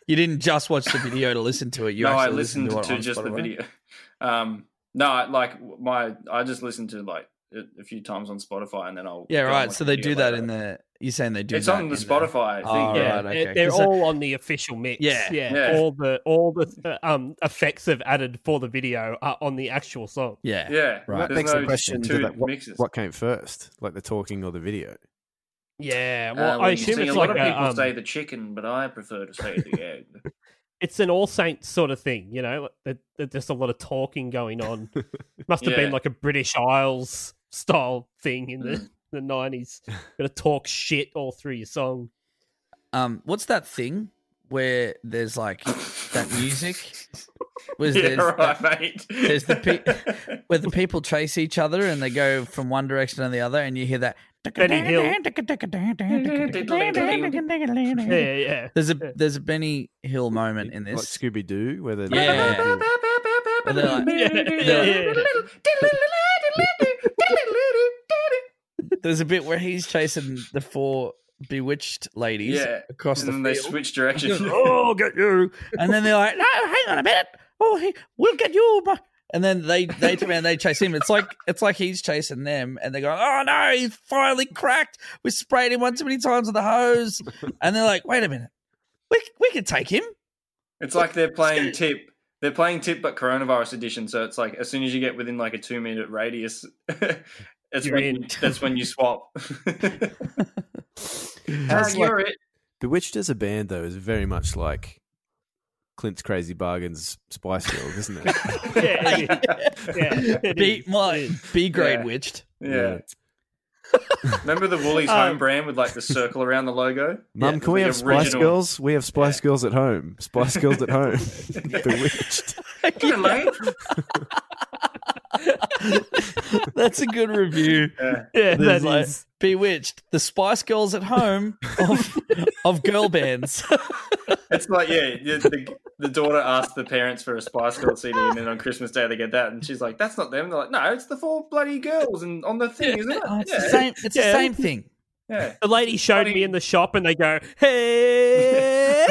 S5: You didn't just watch the video to listen to it. You
S3: no, I
S5: actually
S3: listened to,
S5: listened to, it on
S3: just the
S5: Spotify.
S3: video. Um, no, I- like my, I just listened to like a, a few times on Spotify, and then I'll
S5: Yeah,
S3: go on
S5: right.
S3: my
S5: So they do
S3: computer
S5: that
S3: later.
S5: in the. You're saying they do.
S3: It's
S5: that
S3: on the
S5: in there.
S3: Spotify thing.
S5: Oh,
S3: yeah.
S2: Yeah,
S5: right, okay.
S2: they're, they're
S5: 'Cause, uh,
S2: all on the official mix.
S5: Yeah.
S2: yeah.
S3: Yeah.
S2: All the all the uh, um effects they've added for the video are on the actual song.
S5: Yeah.
S3: Yeah,
S4: Right.
S3: There's
S4: Begs
S3: no
S4: the question:
S3: two
S4: do that, what,
S3: mixes.
S4: what came first, like the talking or the video?
S2: Yeah,
S3: Uh,
S2: well,
S3: well,
S2: I
S3: you
S2: assume
S3: see,
S2: it's
S3: a
S2: like
S3: lot of
S2: a,
S3: people
S2: um,
S3: say the chicken, but I prefer to say the egg.
S2: it's an All Saints sort of thing, you know. Like, there- there- there's a lot of talking going on. Must have
S3: Yeah.
S2: been like a British Isles style thing in the
S3: Mm.
S2: the nineties. Gonna talk shit all through your song.
S5: Um, what's that thing where there's like that music? Where's
S3: yeah,
S5: there's,
S3: right, mate.
S5: there's the pe- where the people chase each other and they go from one direction to the other, and you hear that.
S2: Benny Hill. Yeah, yeah, yeah.
S5: There's a there's a Benny Hill moment in
S4: Like
S5: this.
S4: Scooby Doo, where they're
S5: Yeah. And they're like-
S2: yeah, yeah, yeah.
S5: There's a bit where he's chasing the four bewitched ladies
S3: yeah.
S5: across
S3: And then
S5: the
S3: they
S5: field.
S3: switch directions.
S5: oh, I'll get you! And then they're like, "No, hang on a minute! Oh, he, we'll get you!" bu-" And then they they turn around, they chase him. It's like it's like he's chasing them, and they're going, "Oh no, he's finally cracked! We sprayed him one too many times with the hose." And they're like, "Wait a minute, we we can take him."
S3: It's like they're playing tip. They're playing tip, but coronavirus edition. So it's like as soon as you get within like a two minute radius, that's
S2: You're
S3: when
S2: in.
S3: that's when you swap.
S4: How's
S3: Ah,
S4: like-
S3: you're it.
S4: Bewitched as a band, though, is very much like Clint's Crazy Bargains Spice Girls, isn't it?
S2: yeah, it is. yeah. it
S5: B
S2: is. It
S5: my
S2: is.
S5: B grade
S3: Yeah.
S5: witched.
S3: Yeah. Remember the Woolies
S2: Um,
S3: home brand with like the circle around the logo?
S4: Mum,
S3: Yeah,
S4: can we
S3: the
S4: have Spice
S3: original-
S4: Girls? We have Spice Girls at home. Spice Girls at home. Bewitched.
S3: Get a light.
S5: That's a good review.
S2: Yeah,
S5: There's
S2: that
S5: like,
S2: is.
S5: Bewitched, the Spice Girls at home of, of girl bands.
S3: It's like yeah, the, the, the daughter asked the parents for a Spice Girl CD, and then on Christmas Day they get that, and she's like, "That's not them." They're like, "No, it's the four bloody girls and on the thing, isn't it?"
S5: Oh, it's
S3: yeah,
S5: the same. It's
S2: Yeah.
S5: the same thing.
S3: yeah.
S2: The lady showed me in the shop, and they go, "Hey."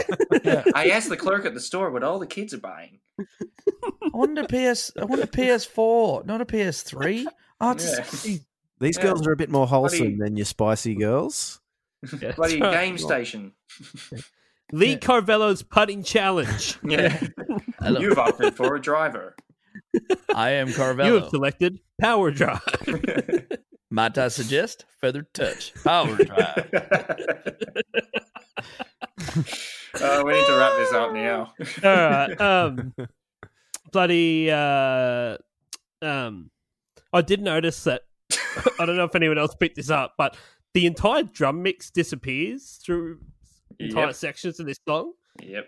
S3: I asked the clerk at the store what all the kids are buying.
S5: I want a PS. I want a PS4, not a PS3. Oh, it's
S3: Yeah.
S4: These
S3: Yeah.
S4: girls are a bit more wholesome
S3: Bloody-
S4: than your spicy girls.
S3: Bloody game station.
S2: Lee Carvello's putting challenge.
S3: Yeah.
S5: Hello.
S3: You've opted for a driver.
S5: I am
S2: You have
S5: Carvello.
S2: selected Power Drive.
S5: Might I suggest further touch power drive?
S3: Uh, we need to wrap this up now.
S2: All right. Um, bloody. Uh, um, I did notice that. I don't know if anyone else picked this up, but the entire drum mix disappears through entire
S3: Yep.
S2: sections of this song.
S3: Yep.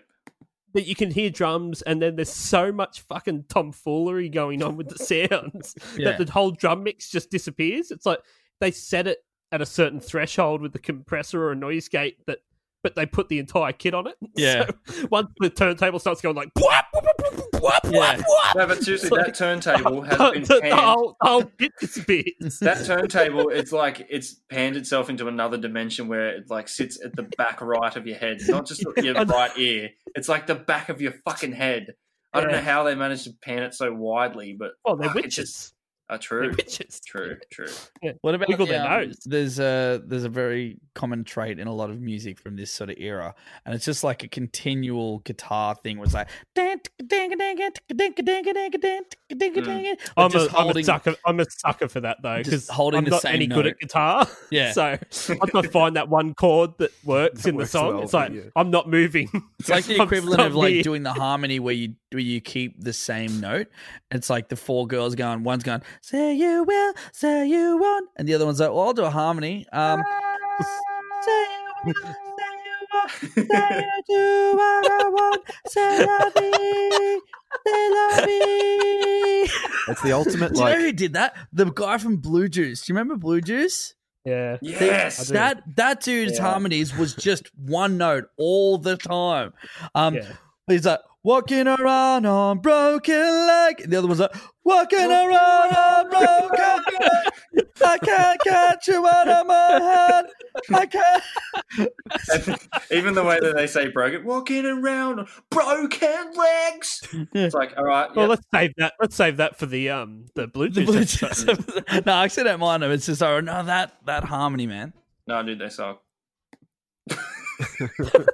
S2: That you can hear drums, and then there's so much fucking tomfoolery going on with the sounds
S5: Yeah.
S2: that the whole drum mix just disappears. It's like they set it at a certain threshold with the compressor or a noise gate that, but they put the entire kit on it.
S5: Yeah.
S2: So once the turntable starts going like, "Bwap, bwap, bwap, bwap, bwap, bwap,
S5: Yeah.
S2: bwap,"
S3: No, but seriously, that turntable has
S2: the,
S3: been
S2: the, the
S3: panned.
S2: whole, the whole kit disappears.
S3: That turntable, it's like it's panned itself into another dimension where it like sits at the back right of your head, not just your right ear. It's like the back of your fucking head. I don't know
S2: Yeah.
S3: how they managed to pan it so widely, but
S2: Well, they're
S3: fuck, it's just-
S2: witches.
S3: Uh,
S2: They're
S3: true,
S2: witches.
S3: true, true.
S5: What about
S2: Wiggle
S5: the,
S2: their
S5: um,
S2: nose.
S5: There's a there's a very common trait in a lot of music from this sort of era, and it's just like a continual guitar thing. Where it's like,
S2: I'm,
S5: I'm
S2: a, I'm a sucker. I'm a sucker for that though, because
S5: Just holding
S2: I'm
S5: the
S2: not
S5: same
S2: any good
S5: note.
S2: at guitar.
S5: Yeah.
S2: so once I find that one chord that works
S4: That
S2: in
S4: works
S2: the
S4: for the
S2: song,
S4: whole
S2: it's like
S4: thing, yeah.
S2: I'm not moving.
S5: It's like the
S2: I'm
S5: equivalent
S2: so
S5: of like
S2: weird.
S5: doing the harmony where you where you keep the same note. It's like the four girls going, one's going, "Say you will, say you won't," and the other one's like, "Well, I'll do a harmony." Um, say you will, say you won't. I do what I want. Say love me. They love me.
S4: That's the ultimate
S5: Do you know
S4: like
S5: who did that? The guy from Blue Juice. Do you remember Blue Juice?
S2: Yeah.
S3: Yes.
S5: That that dude's harmonies was just one note all the time. Um,
S2: Yeah.
S5: he's like walking around on broken leg. The other one's like walking around on broken leg. I can't catch you out of my head. I can't.
S3: Even the way that they say broken, walking around on broken legs. It's like, all right,
S2: Well,
S3: yeah,
S2: let's save that. Let's save that for the um the Bluetooth.
S5: The Blue
S2: episode.
S5: Juice. no, I actually don't mind him. It's just oh no, that that harmony, man.
S3: no, dude, they suck. Awkward.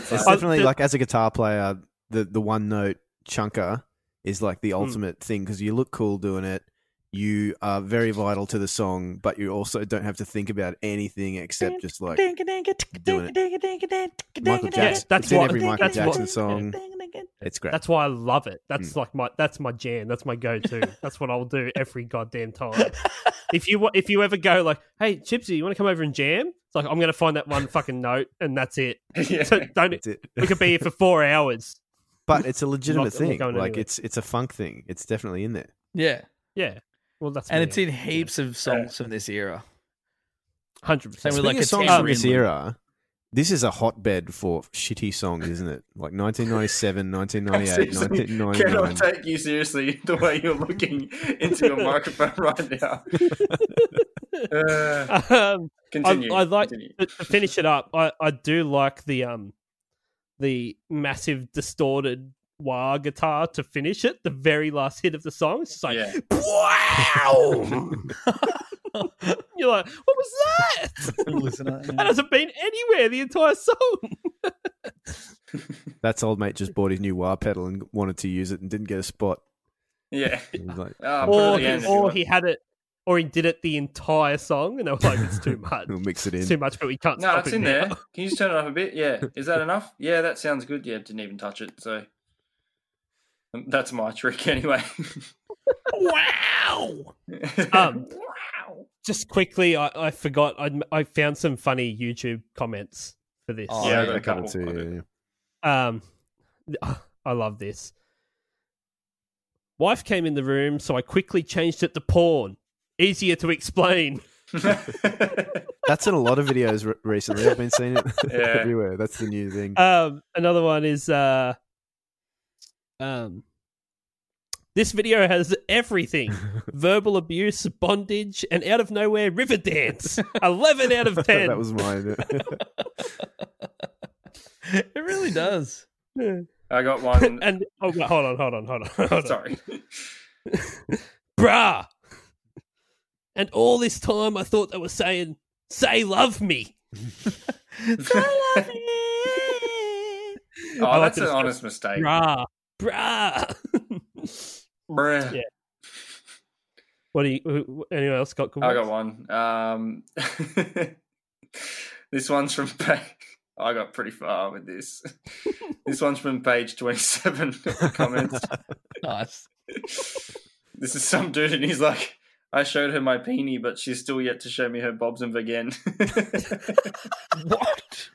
S4: it's
S3: silence.
S4: definitely
S2: the-
S4: like as a guitar player, the the one note chunker is like
S2: Hmm.
S4: the ultimate thing because you look cool doing it. You are very vital to the song, but you also don't have to think about anything except just like doing it. Michael Jackson.
S2: that's
S4: it's in
S2: what-
S4: every Michael
S2: that's what-
S4: Jackson song. It's great.
S2: That's why I love it. That's
S4: Hmm.
S2: like my that's my jam. That's my go to. that's what I'll do every goddamn time. if you wa- if you ever go like, hey Gypsy, you want to come over and jam? It's like I'm going to find that one fucking note and that's it.
S3: Yeah.
S2: So don't.
S4: That's it.
S2: We could be here for four hours.
S4: but it's a legitimate
S2: not
S4: thing.
S2: going
S4: Like
S2: anywhere.
S4: it's it's a funk thing. It's definitely in there.
S5: Yeah,
S2: Yeah. Well, that's
S5: and it's in heaps of songs from this era.
S2: hundred
S5: Same
S2: percent.
S5: with
S4: Speaking
S5: like
S4: like
S5: a
S4: of
S2: Oh.
S4: songs
S5: Tangerine
S4: from this
S5: Dream.
S4: era, this is a hotbed for shitty songs, isn't it? Like 1997, 1998,
S3: Seriously, Cannot
S4: 1999.
S3: take you seriously the way you're looking into your microphone right now. Uh,
S2: Um,
S3: continue.
S2: I, I like
S3: continue.
S2: to, to finish it up. I, I do like the um the massive distorted wah guitar to finish it. The very last hit of the song, it's just like
S3: Yeah.
S2: wow. You're like, what was that? that hasn't been anywhere the entire song.
S4: That's old mate just bought his new wah pedal and wanted to use it and didn't get a spot.
S3: Yeah.
S4: He was like,
S3: Ah, put it at
S2: Or,
S3: the end if you
S2: or
S3: want.
S2: he had it, or he did it the entire song, and they were like, it's too much.
S4: we'll mix it in.
S2: It's too much, but we can't
S3: No,
S2: stop
S3: it's
S2: it
S3: in
S2: now.
S3: there. Can you just turn it off a bit? Yeah. Is that enough? Yeah, that sounds good. Yeah, didn't even touch it. So Um, that's my trick anyway.
S2: Wow. Um, Just quickly, I, I forgot. I, I found some funny YouTube comments for this.
S5: Oh,
S3: yeah,
S5: yeah,
S3: I got a
S4: That covered
S3: couple.
S4: too,
S3: I
S4: yeah,
S3: did.
S4: yeah.
S2: Um, I love this. Wife came in the room, so I quickly changed it to porn. Easier to explain.
S4: That's in a lot of videos re- recently. I've been seeing it
S3: Yeah.
S4: everywhere. That's the new thing.
S3: Uh,
S2: Um, another one is uh, um, this video has everything: verbal abuse, bondage, and out of nowhere river dance. Eleven out of ten.
S4: that was mine.
S5: It really does.
S3: I got one.
S2: and oh, wait, hold on, hold on, hold on, hold on.
S3: Sorry.
S2: bruh. And all this time, I thought they were saying, "Say love me."
S3: Oh,
S2: I like
S3: that's
S2: to
S3: an
S2: just go,
S3: honest mistake.
S2: Bruh. Bruh.
S3: Bruh.
S2: Yeah. what do you, who- who- anyone else got good
S3: I got
S2: ones?
S3: one. Um, this one's from. Pa- I got pretty far with this. this one's from page twenty-seven of the comments.
S5: Nice.
S3: this is some dude, and he's like, "I showed her my peenie, but she's still yet to show me her bobs and again."
S5: What?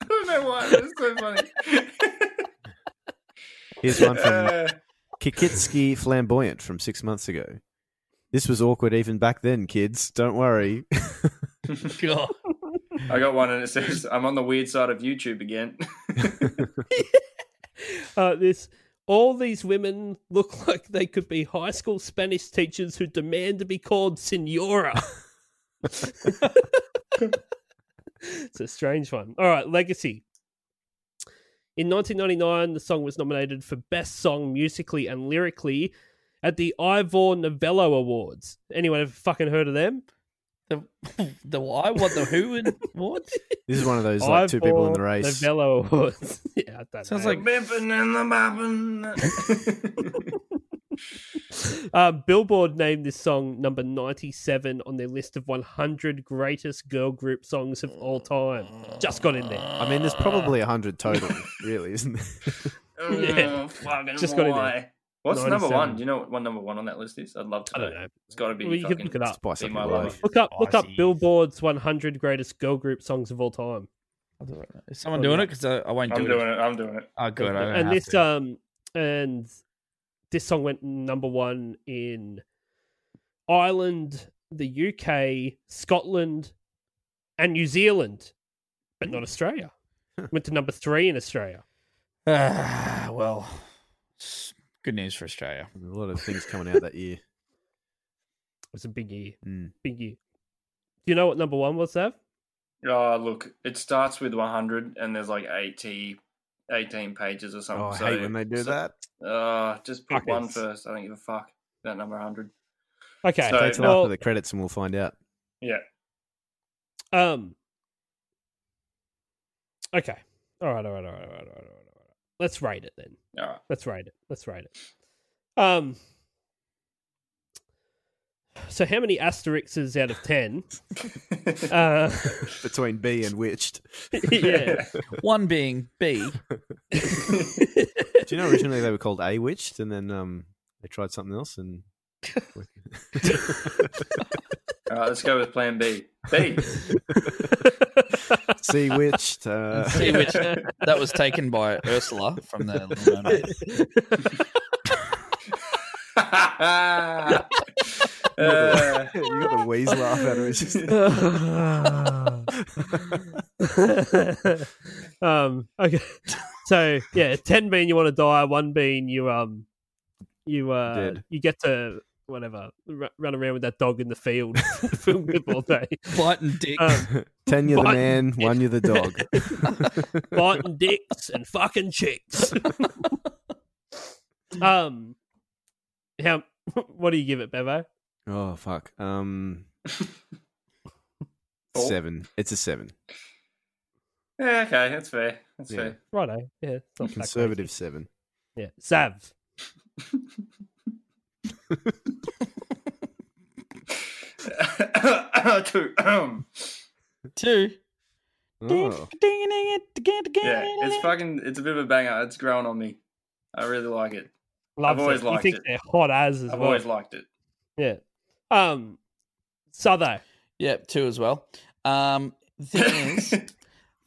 S3: I don't know why. It's so funny.
S4: Here's one from
S3: Uh,
S4: Kikitsky Flamboyant from six months ago. This was awkward even back then, kids. Don't worry.
S5: God.
S3: I got one, and it says, "I'm on the weird side of YouTube again."
S2: Uh, this. All these women look like they could be high school Spanish teachers who demand to be called senora. it's a strange one. All right, Legacy. In 1999, the song was nominated for Best Song musically and lyrically at the Ivor Novello Awards. Anyone ever fucking heard of them?
S5: The, the why? What the who and what?
S4: This is one of those like two people in the
S2: Ivor
S4: race.
S2: Novello Awards. yeah, I don't
S5: Sounds
S2: know.
S5: like
S3: Bimping and the bopping.
S2: Um, Billboard named this song number 97 on their list of 100 greatest girl group songs of all time. Just got in there.
S4: I mean, there's probably a hundred total, really, isn't there?
S3: Oh,
S2: Yeah.
S3: fucking
S2: Just got in
S3: why? What's number
S2: 97.
S3: one? Do you know what, what number one on that list is? I'd love to.
S2: I don't know.
S3: It's got to be.
S2: Well, you can
S3: fucking
S2: look it up.
S4: Spice
S3: Be
S4: Up
S3: My
S4: Your
S3: Life.
S4: Life.
S2: Look up, look up
S6: Spicy.
S2: Billboard's 100 greatest girl group songs of all time.
S5: Is someone doing it? Because I, I won't do
S3: I'm
S5: it.
S3: doing it. I'm doing it.
S5: Oh, good. I don't
S2: and
S5: have
S2: this
S5: to.
S2: um and this song went number one in Ireland, the UK, Scotland, and New Zealand, but not Australia. went to number three in Australia. uh,
S5: Ah, well, s- good news for Australia.
S4: A lot of things coming out that year.
S2: It was a big year.
S4: Mm.
S2: Big year. Do you know what number one was, Sav?
S3: Oh, look, it starts with 100, and there's like 80, 18 pages or something.
S4: Oh, I
S3: so,
S4: hate when they do
S3: so-
S4: that.
S3: Uh, just pick
S2: Fuckers.
S3: one first. I don't give a fuck. That number 100.
S2: Okay.
S3: So-
S4: Wait till
S2: well-
S4: after the credits and we'll find out.
S3: Yeah.
S2: Um. Okay. All right. All right. All right. All right. All right. All right. All right. Let's rate it then.
S3: All right.
S2: Let's rate it. Let's rate it. Um. So how many asterisks out of ten? uh,
S4: Between B and Witched.
S2: yeah.
S5: One being B.
S4: Do you know originally they were called A Witched and then um, they tried something else and.
S3: All right, let's go with plan B. B.
S4: C Witched. Uh,
S5: See which that was taken by Ursula from the Little Mermaid.
S3: Uh,
S4: you got the wheeze laugh out of it. It's just-
S2: um. Okay. So yeah, ten being you want to die, one being you um, you uh,
S4: Dead.
S2: you get to whatever r- run around with that dog in the field, film good all day.
S5: Biting dick.
S3: Uh,
S2: Um,
S4: Ten, you're the
S2: Button.
S4: man. One, you're the dog.
S2: biting dicks and fucking chicks. um, how? What do you give it, Bevo?
S4: oh fuck. Um,
S3: Four.
S4: seven. It's a seven.
S3: yeah, okay, that's fair. That's
S4: Yeah.
S3: fair.
S2: Righto, yeah, it's not that
S4: Conservative seven.
S2: crazy. Yeah, Sav.
S3: Two. um,
S5: Two.
S4: Oh,
S3: yeah, it's fucking. It's a bit of a banger. It's growing on me. I really like it.
S2: Loves
S3: always
S2: it.
S3: liked
S2: you think
S3: it.
S2: they're hot as as
S3: I've
S2: well.
S3: always liked it.
S2: um, Southo.
S5: Yep, two as well. Um, thing is,